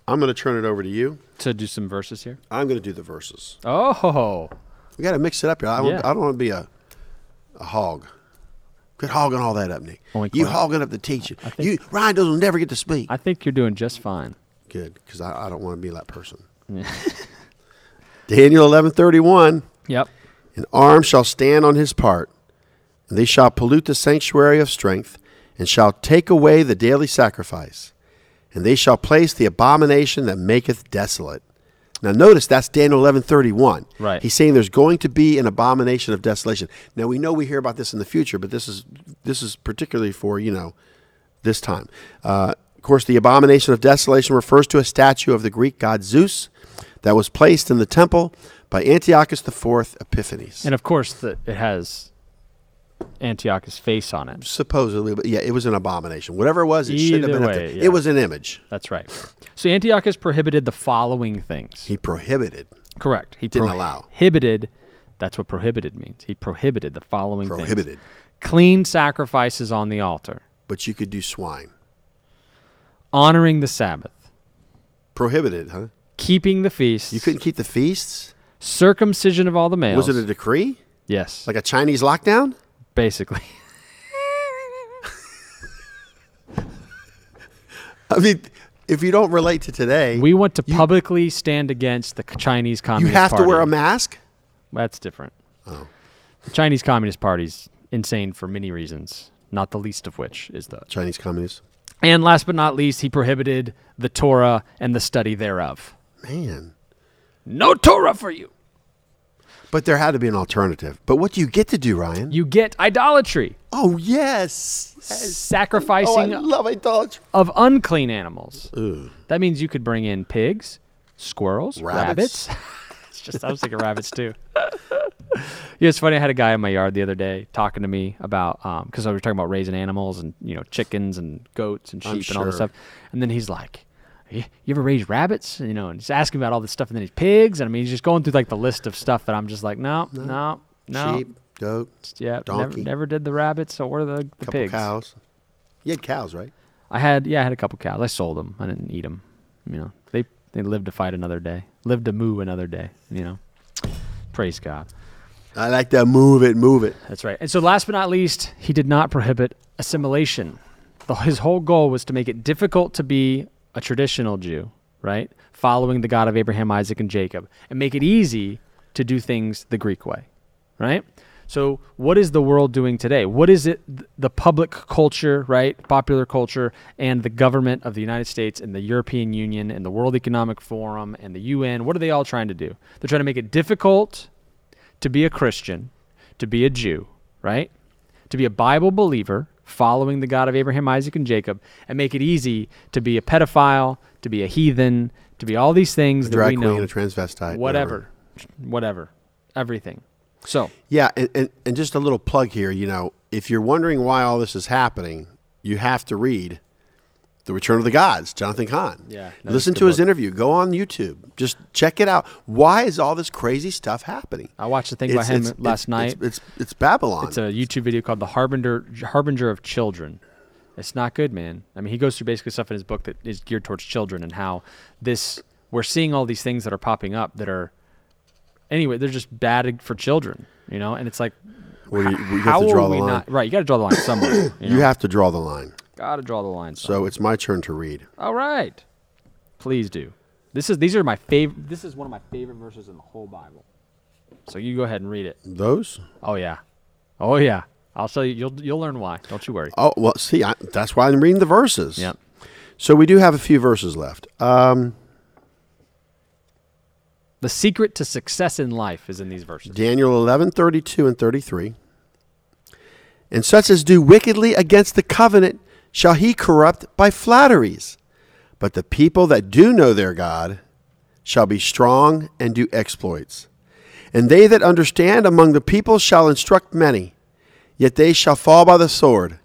C: I'm going to turn it over to you.
B: To do some verses here.
C: I'm going to do the verses.
B: Oh,
C: We got to mix it up here. I, don't-
B: Yeah.
C: I don't want to be a, a hog. Quit hogging all that up, Nick.
B: Oink,
C: you
B: oink.
C: hogging up the teaching.
B: think-
C: you Ryan doesn't never get to speak.
B: I think you're doing just fine.
C: Good, because I, I don't want to be that person. Daniel eleven thirty one.
B: Yep.
C: An arm shall stand on his part, and they shall pollute the sanctuary of strength, and shall take away the daily sacrifice, and they shall place the abomination that maketh desolate. Now notice that's Daniel eleven thirty one.
B: Right.
C: He's saying there's going to be an abomination of desolation. Now we know we hear about this in the future, but this is this is particularly for you know this time. Uh, of course, the abomination of desolation refers to a statue of the Greek god Zeus that was placed in the temple by Antiochus IV Epiphanes.
B: And of course, the, it has Antiochus' face on it.
C: Supposedly, but yeah, it was an abomination. Whatever it was, it shouldn't have
B: Either
C: been. up
B: way,
C: there.
B: yeah.
C: It was an image.
B: That's right. So Antiochus prohibited the following things.
C: He prohibited,
B: Correct. He
C: Didn't allow.
B: Prohibited. That's what prohibited means. He prohibited the following things.
C: prohibited.
B: Clean sacrifices on the altar,
C: But you could do swine.
B: honoring the Sabbath,
C: Prohibited, huh?
B: keeping the feasts,
C: You couldn't keep the feasts.
B: circumcision of all the males.
C: Was it a decree,
B: yes,
C: like a Chinese lockdown?
B: basically.
C: I mean, if you don't relate to today,
B: We want to publicly stand against the Chinese
C: you
B: Communist
C: have
B: Party.
C: to wear a mask.
B: That's different.
C: Oh.
B: The Chinese Communist Party's insane for many reasons, not the least of which is the.
C: Chinese communists.
B: And last but not least, he prohibited the Torah and the study thereof.
C: Man,
B: No Torah for you.
C: But there had to be an alternative. But what do you get to do, Ryan?
B: You get idolatry,
C: oh yes. Oh, I
B: sacrificing
C: love idolatry.
B: of unclean animals. That means you could bring in pigs, squirrels,
C: Rabbits.
B: rabbits. it's just I was thinking rabbits too. yeah, it's funny. I had a guy in my yard the other day talking to me about um, because I was talking about raising animals and you know chickens and goats and sheep
C: I'm
B: and all this
C: sure.
B: stuff, and then he's like. "Y- You ever raise rabbits? You know, and he's asking about all this stuff, and then he's pigs, and I mean, he's just going through like the list of stuff that I'm just like, no, no, no,
C: Sheep, goat,
B: yeah, never,
C: donkey.
B: never did the rabbits or the, the
C: couple
B: pigs.
C: cows. You had cows, right?
B: I had yeah, I had a couple cows. I sold them. I didn't eat them. You know, they they lived to fight another day. Lived to moo another day. You know, praise God.
C: I like that. Move it, move it.
B: That's right. And so, last but not least, he did not prohibit assimilation. The, his whole goal was to make it difficult to be a traditional Jew, right? Following the God of Abraham, Isaac, and Jacob, and make it easy to do things the Greek way, right? So, what is the world doing today? What is it, th- the public culture, right? Popular culture, and the government of the United States and the European Union and the World Economic Forum and the UN? What are they all trying to do? They're trying to make it difficult to be a Christian, to be a Jew, right? To be a Bible believer, following the God of Abraham, Isaac, and Jacob, and make it easy to be a pedophile, to be a heathen, to be all these things that
C: Drag
B: we know.
C: queen, a transvestite,
B: whatever, whatever, everything. So
C: Yeah, and, and, and just a little plug here. You know, if you're wondering why all this is happening, you have to read The Return of the Gods, Jonathan Kahn.
B: Yeah, that was
C: Listen
B: a good
C: to his
B: book.
C: interview. Go on YouTube. Just check it out. Why is all this crazy stuff happening?
B: I watched the thing about him last night.
C: It's, it's, it's Babylon.
B: It's a YouTube video called "The Harbinger Harbinger of Children." It's not good, man. I mean, he goes through basically stuff in his book that is geared towards children and how this we're seeing all these things that are popping up that are anyway they're just bad for children, you know. And it's like,
C: Where you-
B: h-
C: you have
B: how
C: to draw
B: are
C: the
B: we
C: line.
B: not right? You got to draw the line somewhere. You,
C: you have to draw the line.
B: got to draw the line. Somewhere.
C: So it's my turn to read.
B: all right, please do. This is these are my favorite. This is one of my favorite verses in the whole Bible. So you go ahead and read it.
C: Those?
B: Oh yeah, oh yeah. I'll show you. You'll you'll learn why. Don't you worry.
C: Oh, well, see, I, that's why I'm reading the verses.
B: Yep.
C: So we do have a few verses left. Um,
B: The secret to success in life is in these verses.
C: Daniel 11, 32 and 33. And such as do wickedly against the covenant shall he corrupt by flatteries. But the people that do know their God shall be strong and do exploits. And they that understand among the people shall instruct many. Yet they shall fall by the sword,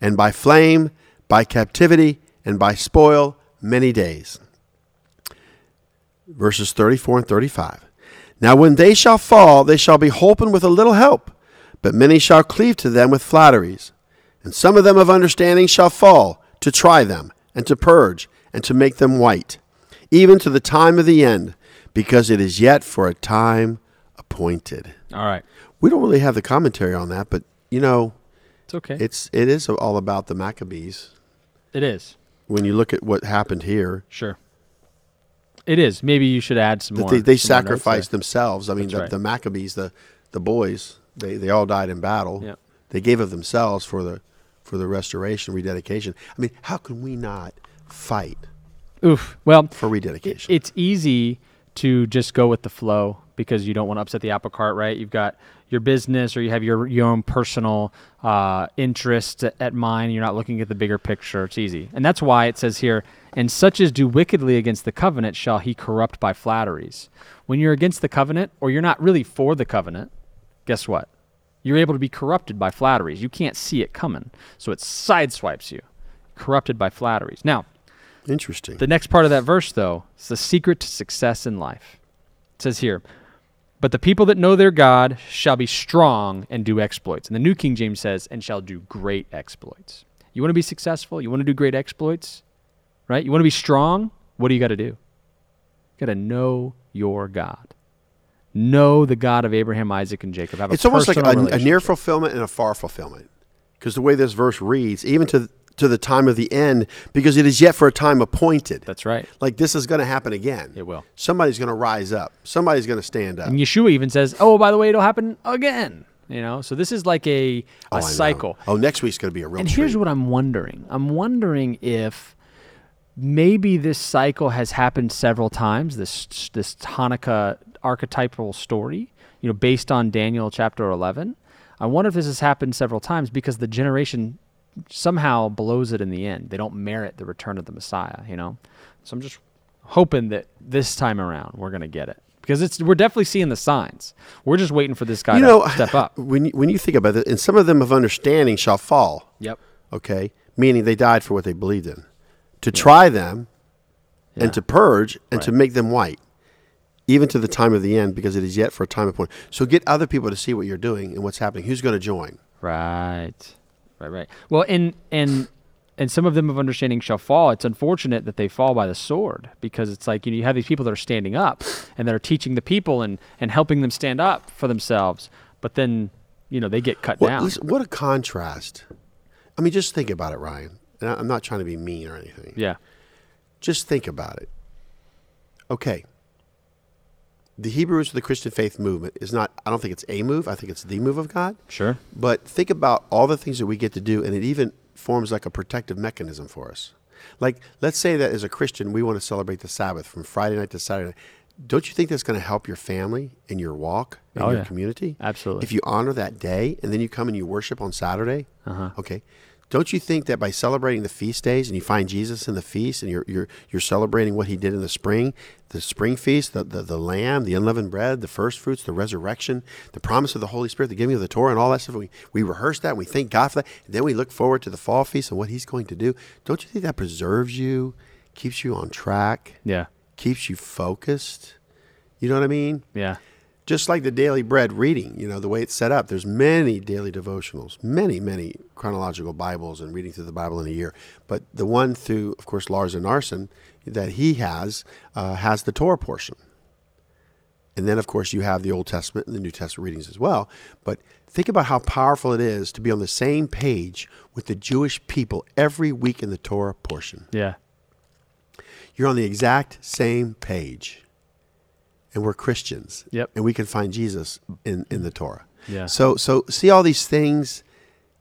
C: and by flame, by captivity, and by spoil many days. Verses 34 and 35. Now when they shall fall, they shall be holpen with a little help, but many shall cleave to them with flatteries. And some of them of understanding shall fall, to try them, and to purge, and to make them white, even to the time of the end, because it is yet for a time appointed.
B: All right.
C: We don't really have the commentary on that, but you know,
B: It's okay.
C: It's it is all about the Maccabees.
B: it is.
C: When you look at what happened here,
B: Sure. It is. Maybe you should add some
C: that
B: more.
C: they, they
B: some more notes
C: sacrificed
B: there.
C: themselves. I mean,
B: That's
C: the,
B: right.
C: the Maccabees, the the boys, they, they all died in battle.
B: Yep.
C: They gave of themselves for the for the restoration, rededication. I mean, how can we not fight
B: Oof. Well,
C: for rededication?
B: It's easy to just go with the flow because you don't want to upset the apple cart, right? You've got your business or you have your your own personal uh, interests at, at mind. You're not looking at the bigger picture. It's easy, and that's why it says here, "And such as do wickedly against the covenant shall he corrupt by flatteries." When you're against the covenant, or you're not really for the covenant, guess what? You're able to be corrupted by flatteries. You can't see it coming, so it sideswipes you. Corrupted by flatteries. Now,
C: Interesting.
B: the next part of that verse, though, is the secret to success in life. It says here, But the people that know their God shall be strong and do exploits. And the New King James says, And shall do great exploits. You want to be successful? You want to do great exploits? Right? You want to be strong? What do you got to do? You got to know your God. Know the God of Abraham, Isaac, and Jacob. Have a
C: it's almost like a,
B: personal
C: a near
B: relationship.
C: fulfillment and a far fulfillment, because the way this verse reads, even to to the time of the end, because it is yet for a time appointed.
B: That's right.
C: like this is going to happen again.
B: It will.
C: Somebody's going to rise up. Somebody's going to stand up.
B: And Yeshua even says, "Oh, by the way, it'll happen again." You know, so this is like a a
C: Oh, I know.
B: cycle.
C: Oh, next week's going to be a real
B: And
C: treat.
B: here's what I'm wondering. I'm wondering if maybe this cycle has happened several times. This this Hanukkah archetypal story, you know, based on Daniel chapter 11. I wonder if this has happened several times because the generation somehow blows it in the end. They don't merit the return of the Messiah. You know, so I'm just hoping that this time around we're gonna get it because it's we're definitely seeing the signs. We're just waiting for this guy
C: you
B: to
C: know,
B: step up.
C: when you, when you think about it, and some of them of understanding shall fall.
B: Yep.
C: Okay, meaning they died for what they believed in, to try them,
B: Yeah.
C: and to purge and to make them white, even to the time of the end, because it is yet for a time appointed. So get other people to see what you're doing and what's happening. Who's going to join?
B: Right. Right, right. Well, and and and some of them of understanding shall fall. It's unfortunate that they fall by the sword because it's like you, know, you have these people that are standing up and that are teaching the people and and helping them stand up for themselves, but then you know they get cut
C: What,
B: down.
C: listen, what a contrast! I mean, just think about it, Ryan. And I- I'm not trying to be mean or anything.
B: yeah.
C: Just think about it. Okay. The Hebrew roots of the Christian faith movement is not, I don't think it's a move. I think it's the move of God.
B: Sure.
C: But think about all the things that we get to do, and it even forms like a protective mechanism for us. Like, let's say that as a Christian, we want to celebrate the Sabbath from Friday night to Saturday night. Don't you think that's going to help your family and your walk and
B: Oh,
C: your
B: yeah.
C: community?
B: Absolutely.
C: If you honor that day and then you come and you worship on Saturday, uh-huh. okay, don't you think that by celebrating the feast days and you find Jesus in the feast and you're, you're, you're celebrating what he did in the spring, the spring feast, the, the, the lamb, the unleavened bread, the first fruits, the resurrection, the promise of the Holy Spirit, the giving of the Torah, and all that stuff? We, we rehearse that and we thank God for that. And then we look forward to the fall feast and what he's going to do. Don't you think that preserves you, keeps you on track,
B: Yeah.
C: keeps you focused? You know what I mean?
B: Yeah.
C: just like the daily bread reading you know the way it's set up there's many daily devotionals many many chronological bibles and reading through the bible in a year but the one through of course lars and Arson that he has uh, has the torah portion and then of course you have the old testament and the new testament readings as well but think about how powerful it is to be on the same page with the jewish people every week in the torah portion
B: Yeah.
C: you're on the exact same page. And we're Christians.
B: Yep.
C: And we can find Jesus in, in the Torah.
B: Yeah.
C: So so see all these things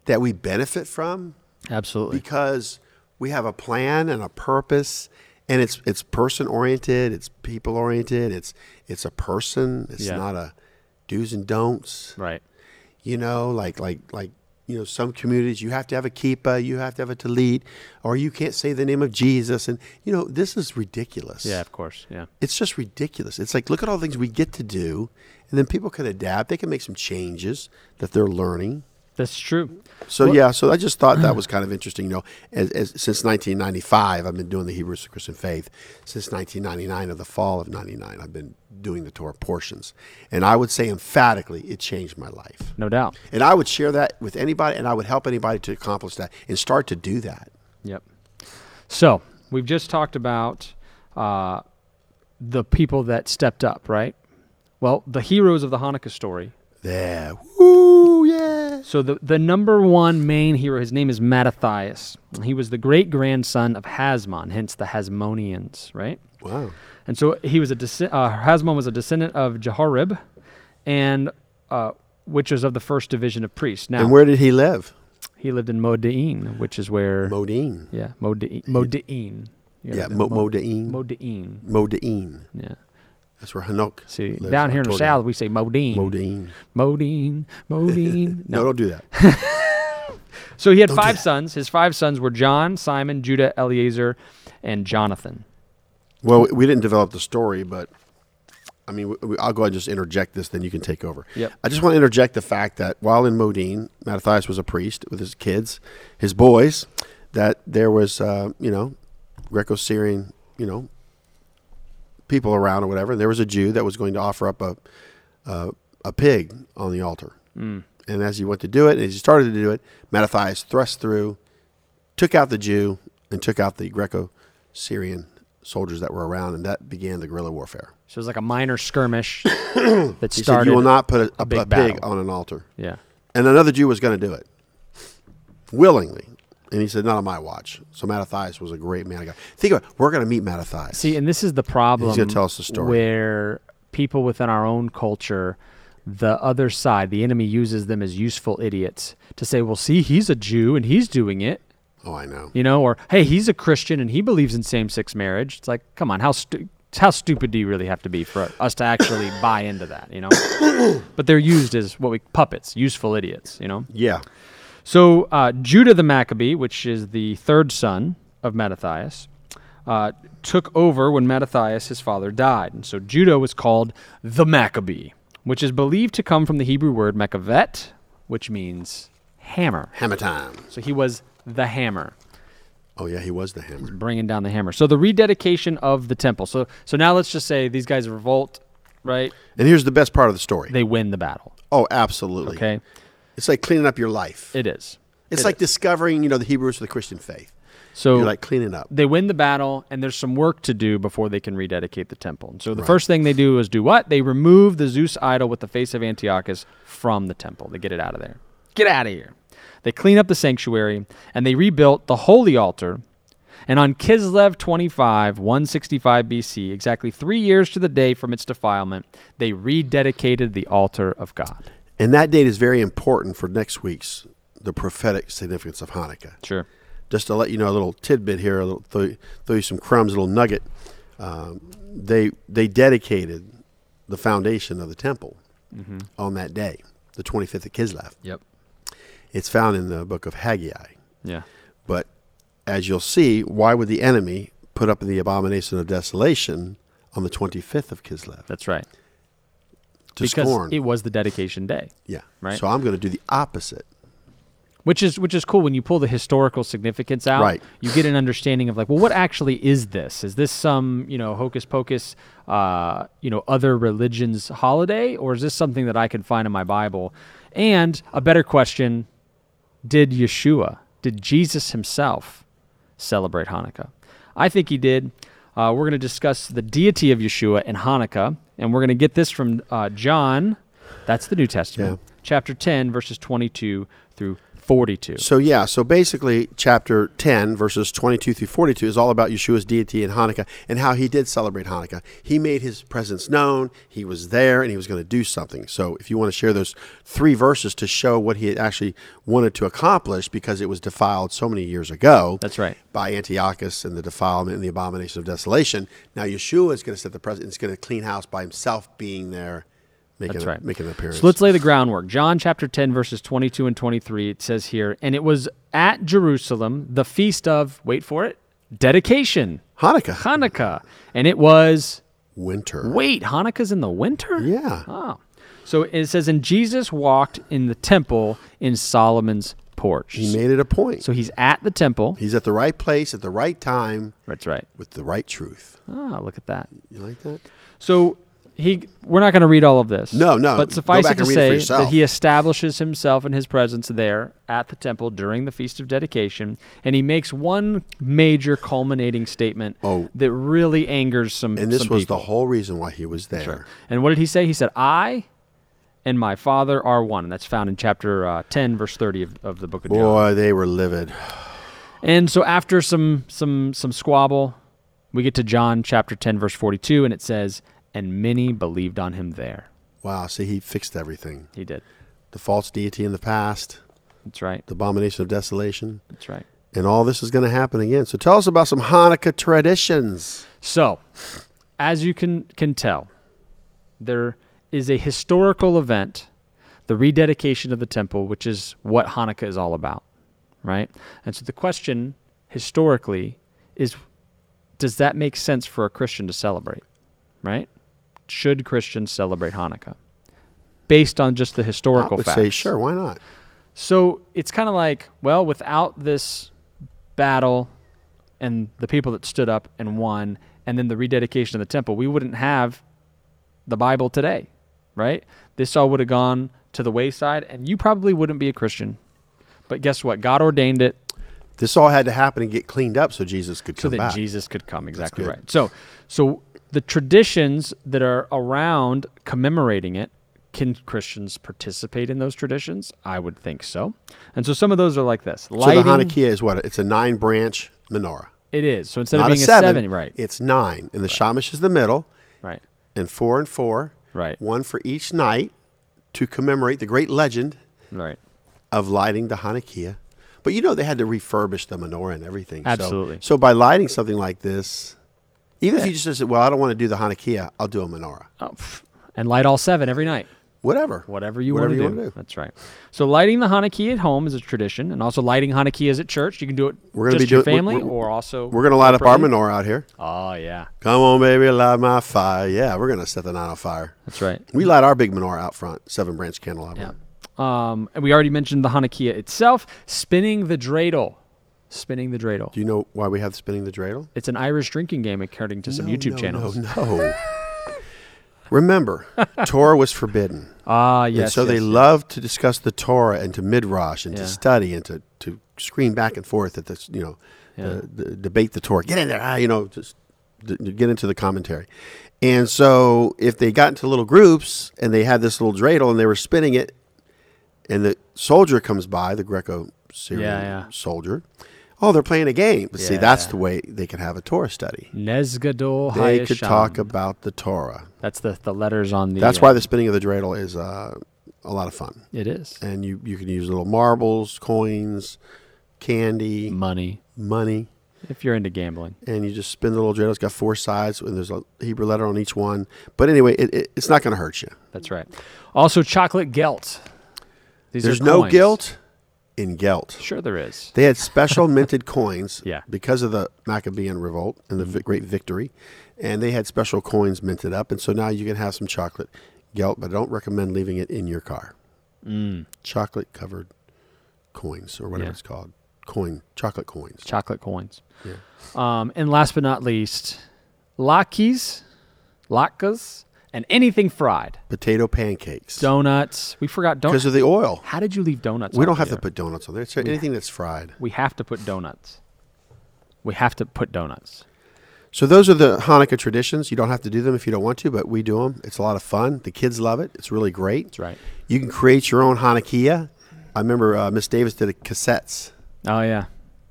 C: that we benefit from
B: Absolutely.
C: because we have a plan and a purpose and it's it's person oriented, it's people oriented, it's it's a person, it's
B: Yeah.
C: not a do's and don'ts
B: right.
C: you know, like like like you know, some communities you have to have a keeper, you have to have a tallit, or you can't say the name of Jesus, and you know this is ridiculous.
B: Yeah. Of course. Yeah.
C: it's just ridiculous. It's like look at all the things we get to do, and then people can adapt. They can make some changes that they're learning.
B: That's true.
C: So yeah, so I just thought that was kind of interesting. You know, as, as since 1995, I've been doing the Hebrews of Christian Faith. Since 1999, or the fall of '99, I've been doing the Torah portions, and I would say emphatically, it changed my life.
B: No doubt.
C: And I would share that with anybody, and I would help anybody to accomplish that and start to do that.
B: Yep. So we've just talked about uh, the people that stepped up, right? Well, the heroes of the Hanukkah story
C: There. Woo, yeah.
B: So the the number one main hero, his name is Mattathias. He was the great grandson of Hasmon, hence the Hasmoneans, right?
C: Wow.
B: And so he was a descend- uh, Hasmon was a descendant of Jehoram, and uh, which was of the first division of priests. Now
C: And where did he live?
B: he lived in Modin, which is where
C: Modine.
B: yeah Modin Modin You gotta
C: Yeah,
B: do
C: Mo-
B: Mo-
C: Modine.
B: Modin
C: Modine.
B: yeah.
C: That's where Hanok.
B: See
C: lives,
B: down
C: I
B: here in the
C: told you.
B: south we say Modin
C: Modine.
B: Modin Modin.
C: No, don't do that.
B: So he had five sons. His five sons were John, Simon, Judah, Eleazar, and Jonathan.
C: Well, we didn't develop the story, but I mean, we- we- I'll go ahead and just interject this, then you can take over.
B: Yep.
C: I just want to interject the fact that while in Modine, Mattathias was a priest with his kids, his boys, that there was, uh, you know, Greco Syrian, you know, people around or whatever. There was a Jew that was going to offer up a, a, a pig on the altar. Mm. And as he went to do it, and as he started to do it, Mattathias thrust through, took out the Jew, and took out the Greco Syrian soldiers that were around, and that began the guerrilla warfare.
B: So it was like a minor skirmish that
C: He
B: started.
C: said, "You will not put a, a,
B: big
C: a pig
B: battle."
C: on an altar."
B: yeah.
C: And another Jew was going to do it willingly, and he said, "Not on my watch." So Mattathias was a great man of God. Think about it. We're going to meet Mattathias.
B: See, and this is the problem.
C: tell us the story.
B: Where people within our own culture, the other side, the enemy uses them as useful idiots to say, well, see, he's a Jew and he's doing it.
C: oh, I know.
B: you know, or hey, he's a Christian and he believes in same-sex marriage. It's like, come on, how stu- how stupid do you really have to be for us to actually buy into that, you know? but they're used as what we puppets, useful idiots, you know.
C: Yeah,
B: So uh, Judah the Maccabee, which is the third son of Mattathias, uh, took over when Mattathias, his father, died. And so Judah was called the Maccabee, which is believed to come from the Hebrew word mekavet, which means hammer.
C: hammer time.
B: So he was the hammer
C: Oh yeah, he was the hammer.
B: bringing down the hammer. So the rededication of the temple. So so now let's just say these guys revolt, right?
C: And here's the best part of the story.
B: They win the battle.
C: oh, absolutely.
B: Okay,
C: It's like cleaning up your life.
B: it is.
C: it's
B: it Oh.
C: like discovering, you know, the Hebrews of the Christian faith.
B: So
C: You're like cleaning up.
B: they win the battle, and there's some work to do before they can rededicate the temple. And so the first thing they do is do what? They remove the Zeus idol with the face of Antiochus from the temple. They get it out of there. Get out of here. They clean up the sanctuary and they rebuilt the holy altar. And on Kislev 25, 165 BC, exactly three years to the day from its defilement, they rededicated the altar of God.
C: And that date is very important for next week's the prophetic significance of Hanukkah.
B: Sure.
C: Just to let you know a little tidbit here, a little throw, throw you some crumbs, a little nugget. Um, they they dedicated the foundation of the temple
B: Mm-hmm.
C: on that day, the 25th of Kislev.
B: Yep.
C: It's found in the book of Haggai.
B: Yeah.
C: But as you'll see, why would the enemy put up the abomination of desolation on the 25th of Kislev?
B: That's right.
C: To
B: because
C: scorn.
B: it was the dedication day.
C: yeah.
B: right.
C: So I'm going to do the opposite.
B: which is which is cool when you pull the historical significance out
C: Right.
B: you get an understanding of like well what actually is this is this some you know hocus pocus uh, you know other religions holiday or is this something that i can find in my bible and a better question did yeshua did jesus himself celebrate hanukkah i think he did uh, we're going to discuss the deity of yeshua and hanukkah and we're going to get this from uh, john that's the new testament
C: Yeah.
B: chapter 10 verses 22 through 42
C: So yeah, so basically chapter 10 verses 22 through 42 is all about Yeshua's deity and Hanukkah and how he did celebrate Hanukkah. He made his presence known, he was there and he was going to do something. So if you want to share those three verses to show what he had actually wanted to accomplish because it was defiled so many years ago.
B: That's right.
C: By Antiochus and the defilement and the abomination of desolation. Now Yeshua is going to set the precedent, he's going to clean house by himself being there making
B: That's
C: a-
B: right.
C: making an appearance.
B: So let's lay the groundwork. John chapter 10, verses 22 and 23, it says here, and it was at Jerusalem, the feast of, wait for it, dedication,
C: Hanukkah
B: Hanukkah. And it was,
C: winter.
B: wait, Hanukkah's in the winter?
C: Yeah.
B: Oh. So it says, and Jesus walked in the temple in Solomon's porch.
C: He made it a point.
B: So he's at the temple.
C: He's at the right place at the right time
B: That's right.
C: with the right truth.
B: Ah, look at that.
C: You like that?
B: So he, we're not going to read all of this.
C: No, no.
B: But
C: Go
B: suffice
C: back
B: it to
C: and read it for
B: say
C: yourself.
B: that he establishes himself and his presence there at the temple during the feast of dedication, and he makes one major culminating statement
C: Oh.
B: that really angers some.
C: And this
B: some
C: was
B: people.
C: the whole reason why he was there.
B: And what did he say? He said, "I and my father are one. And that's found in chapter uh, 10, verse 30 of, of the book of John.
C: Boy, they were livid.
B: And so after some some some squabble, we get to John chapter 10 verse 42 and it says, "And many believed on him there."
C: Wow. See, he fixed everything.
B: He did.
C: The false deity in the past,
B: That's right.
C: the abomination of desolation,
B: That's right.
C: and all this is going to happen again. So tell us about some Hanukkah traditions.
B: So, as you can can tell, there is a historical event, the rededication of the temple, which is what Hanukkah is all about, right? And so the question historically is does that make sense for a Christian to celebrate, right? Should Christians celebrate Hanukkah? Based on just the
C: I
B: historical
C: would
B: facts.
C: say, sure, why not?
B: So it's kind of like, well, without this battle and the people that stood up and won, and then the rededication of the temple, we wouldn't have the Bible today, right? This all would have gone to the wayside, and you probably wouldn't be a Christian. But guess what? God ordained it
C: This all had to happen and get cleaned up so Jesus could
B: so that
C: come back.
B: Jesus could come. Exactly
C: good.
B: right. So, so the traditions that are around commemorating it, can Christians participate in those traditions? I would think so. And so some of those are like this.
C: so the
B: Lighting,
C: Hanukkah is what? It's a nine branch menorah.
B: It is. So instead of
C: not
B: being
C: a seven,
B: right?
C: It's nine. And the shamash is the middle,
B: right.
C: and four and four.
B: Right.
C: One for each night to commemorate the great legend
B: Right.
C: of lighting the Hanukkah. But you know they had to refurbish the menorah and everything. So-
B: Absolutely.
C: So, by lighting something like this, even if you just said, "Well, I don't want to do the Hanukkah, I'll do a menorah."
B: Oh, pff. and light all seven every night.
C: Whatever.
B: Whatever you
C: Whatever
B: want to
C: you
B: do.
C: wanna do.
B: That's right. So lighting the Hanukkah at home is a tradition, and also lighting Hanukkahs at church. You can do it
C: We're
B: just
C: gonna be
B: with your
C: doing-
B: family
C: we're- we're-
B: or also.
C: We're gonna light up our
B: corporately.
C: menorah out here.
B: Oh yeah,
C: Come on, baby, light my fire. Yeah, we're gonna set the nine on fire.
B: that's right.
C: We light our big menorah out front, seven branch candelabra.
B: Yeah. Um, and we already mentioned the Hanukkah itself. Spinning the dreidel. Spinning the dreidel.
C: Do you know why we have spinning the dreidel?
B: It's an Irish drinking game, according to some
C: No,
B: YouTube
C: no,
B: channels.
C: No, no. Remember, Torah was forbidden.
B: Ah,
C: and
B: yes.
C: so they
B: yes,
C: love to discuss the Torah and to midrash and
B: Yeah.
C: to study and to, to scream back and forth at this, you know,
B: Yeah.
C: the, the, debate the Torah. Get in there, ah, you know, just d- d- get into the commentary. And so if they got into little groups and they had this little dreidel and they were spinning it, and the soldier comes by, the Greco-Syrian
B: Yeah, yeah.
C: soldier. Oh, they're playing a game. But see, that's
B: Yeah.
C: the way they can have a Torah study.
B: Nezgadol
C: They could
B: Hayasham.
C: talk about the Torah.
B: That's the, the letters on the.
C: That's
B: uh,
C: why the spinning of the dreidel is uh, a lot of fun
B: It is.
C: and you you can use little marbles, coins, candy,
B: Money.
C: money,
B: If you're into gambling.
C: and you just spin the little dreidel. It's got four sides, and there's a Hebrew letter on each one. But anyway, it, it, it's not going to hurt you.
B: That's right. Also, chocolate gelt. These
C: There's
B: are
C: no
B: coins.
C: guilt in guilt.
B: Sure, there is.
C: They had special minted coins
B: Yeah. Mm-hmm.
C: because of the Maccabean revolt and the vi- great victory, and they had special coins minted up, and so now you can have some chocolate gelt, but I don't recommend leaving it in your car. Chocolate covered coins, or whatever
B: Mm. Yeah.
C: it's called, coin chocolate coins.
B: Chocolate coins. Um, and last but not least, latkes, latkes, and anything fried.
C: potato pancakes
B: Donuts. We forgot donuts.
C: because of the oil.
B: How did you leave donuts?
C: We
B: out
C: don't have
B: there?
C: to put donuts on there. It's anything that's fried.
B: We have to put donuts. We have to put donuts.
C: So those are the Hanukkah traditions. You don't have to do them if you don't want to, but we do them. It's a lot of fun. The kids love it. It's really great. That's
B: right.
C: You can create your own Hanukkah. I remember uh, Miss Davis did a cassettes,
B: Oh yeah,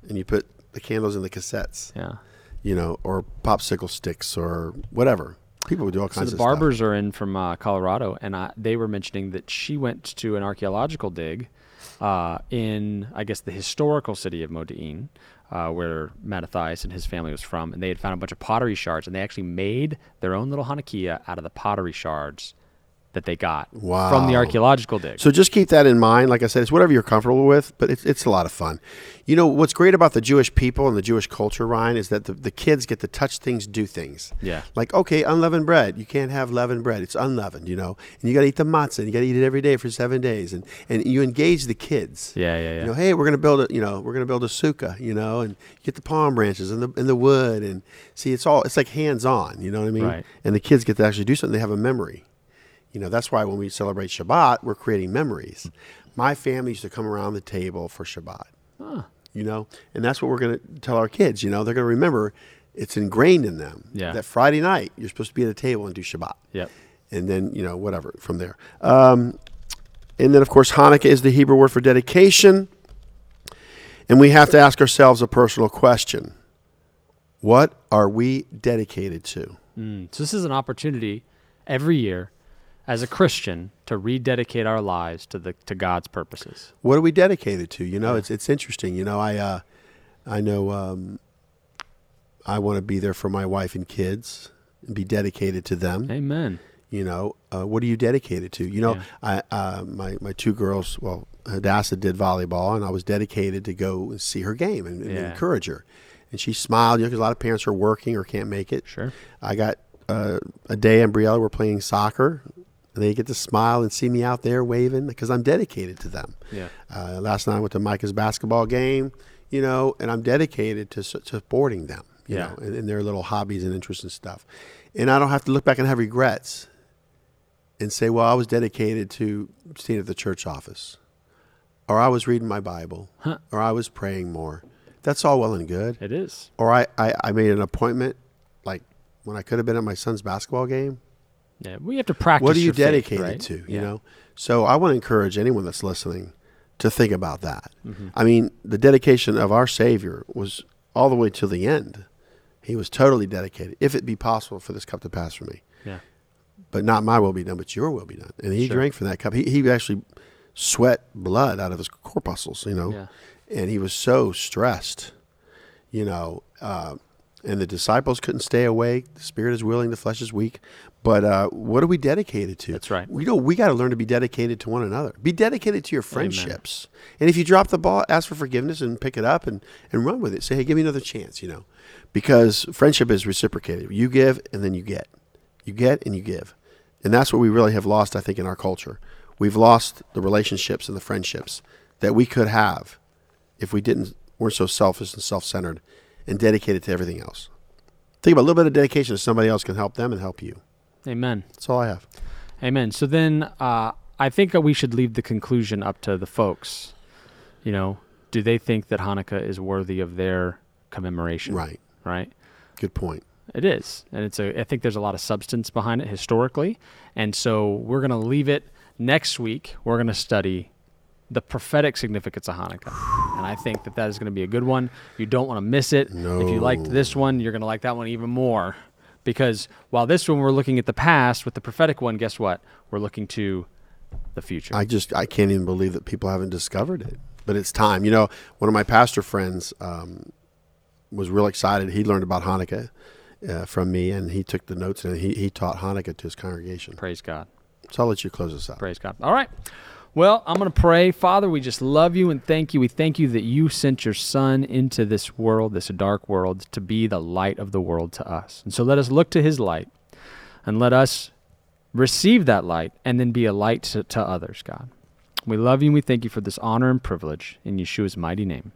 C: and you put the candles in the cassettes,
B: yeah.
C: you know, or popsicle sticks or whatever. People would do all
B: So
C: kinds
B: the
C: of stuff.
B: barbers are in from uh, Colorado, and I, they were mentioning that she went to an archaeological dig uh, in, I guess, the historical city of Modi'in, uh, where Mattathias and his family was from, and they had found a bunch of pottery shards, and they actually made their own little Hanukkah out of the pottery shards that they got from the
C: Wow.
B: archaeological dig.
C: So just keep that in mind. Like I said, it's whatever you're comfortable with, but it's, it's a lot of fun. You know, what's great about the Jewish people and the Jewish culture, Ryan, is that the, the kids get to touch things, do things.
B: Yeah.
C: Like, okay, unleavened bread. You can't have leavened bread. It's unleavened, you know. And you got to eat the matzah and you got to eat it every day for seven days. And, and you engage the kids.
B: yeah, yeah, yeah.
C: You know, hey, we're gonna build a, you know, we're gonna build a sukkah, you know, and get the palm branches and the and the wood, and see, it's all it's like hands on, you know what I mean?
B: Right.
C: And the kids get to actually do something; they have a memory. You know, that's why when we celebrate Shabbat, we're creating memories. My family used to come around the table for Shabbat, you know, and that's what we're gonna tell our kids. You know, they're gonna remember; it's ingrained in them
B: Yeah.
C: that Friday night you're supposed to be at a table and do Shabbat.
B: Yep.
C: and then you know whatever from there. Um, and then of course Hanukkah is the Hebrew word for dedication, and we have to ask ourselves a personal question: What are we dedicated to?
B: Mm. So this is an opportunity every year as a Christian to rededicate our lives to the to God's purposes.
C: What are we dedicated to? You know, it's it's interesting. You know, I uh, I know um, I want to be there for my wife and kids and be dedicated to them.
B: Amen.
C: you know uh, what are you dedicated to you know I, uh, my, my two girls well hadassah did volleyball and i was dedicated to go and see her game and, and
B: Yeah.
C: encourage her and she smiled you know because a lot of parents are working or can't make it
B: Sure.
C: i got uh, a day and briella were playing soccer they get to smile and see me out there waving because i'm dedicated to them
B: Yeah.
C: uh, last night I went to Micah's basketball game, you know, and I'm dedicated to su- supporting them, you
B: Yeah.
C: know, and, and their little hobbies and interests and stuff. And I don't have to look back and have regrets and say, well, I was dedicated to staying at the church office, or I was reading my Bible, or I was praying more. That's all well and good.
B: It is.
C: Or I, I, I made an appointment, like when I could have been at my son's basketball game.
B: Yeah. We have to practice.
C: What are you
B: your faith,
C: dedicated
B: right?
C: to? You
B: Yeah.
C: know. So I want to encourage anyone that's listening to think about that.
B: Mm-hmm.
C: I mean, the dedication of our Savior was all the way till the end. He was totally dedicated. If it be possible for this cup to pass from me,
B: Yeah.
C: but not my will be done, but your will be done. And he
B: Sure.
C: drank from that cup. He, he actually sweat blood out of his corpuscles, you know,
B: Yeah.
C: and he was so stressed, you know. Uh, and the disciples couldn't stay awake. The spirit is willing, the flesh is weak. But uh, what are we dedicated to?
B: That's right.
C: We know we got to learn to be dedicated to one another. Be dedicated to your friendships. And if you drop the ball, ask for forgiveness and pick it up and, and run with it. Say, hey, give me another chance, you know, because friendship is reciprocated. You give and then you get. You get and you give. And that's what we really have lost, I think, in our culture. We've lost the relationships and the friendships that we could have if we didn't weren't so selfish and self centered and dedicated to everything else. Think about a little bit of dedication to somebody else can help them and help you.
B: Amen.
C: That's all I have.
B: Amen. So then uh, I think that we should leave the conclusion up to the folks. You know, do they think that Hanukkah is worthy of their commemoration?
C: Right.
B: Right.
C: Good point.
B: It is, and it's a. I think there's a lot of substance behind it historically, and so we're gonna leave it next week. We're gonna study the prophetic significance of Hanukkah, and I think that that is gonna be a good one. You don't want to miss it. If you liked this one, you're gonna like that one even more, because while this one we're looking at the past, with the prophetic one, guess what? We're looking to the future.
C: I just I can't even believe that people haven't discovered it. But it's time. You know, one of my pastor friends um, was real excited. He learned about Hanukkah uh, from me, and he took the notes and he, he taught Hanukkah to his congregation.
B: Praise God.
C: So I'll let you close this out.
B: Praise God. All right. Well, I'm going to pray. Father, we just love you and thank you. We thank you that you sent your son into this world, this dark world, to be the light of the world to us. And so let us look to his light and let us receive that light and then be a light to, to others, God. We love you and we thank you for this honor and privilege in Yeshua's mighty name.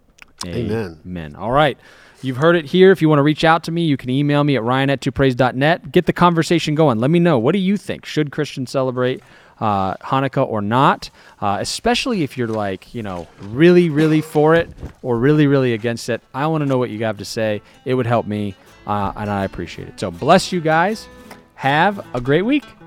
C: Amen.
B: Amen. All right. You've heard it here. If you want to reach out to me, you can email me at ryan at twopraise.net. Get the conversation going. Let me know. What do you think? Should Christians celebrate uh, Hanukkah or not? Uh, especially if you're like, you know, really, really for it or really, really against it. I want to know what you have to say. It would help me, uh, and I appreciate it. So bless you guys. Have a great week.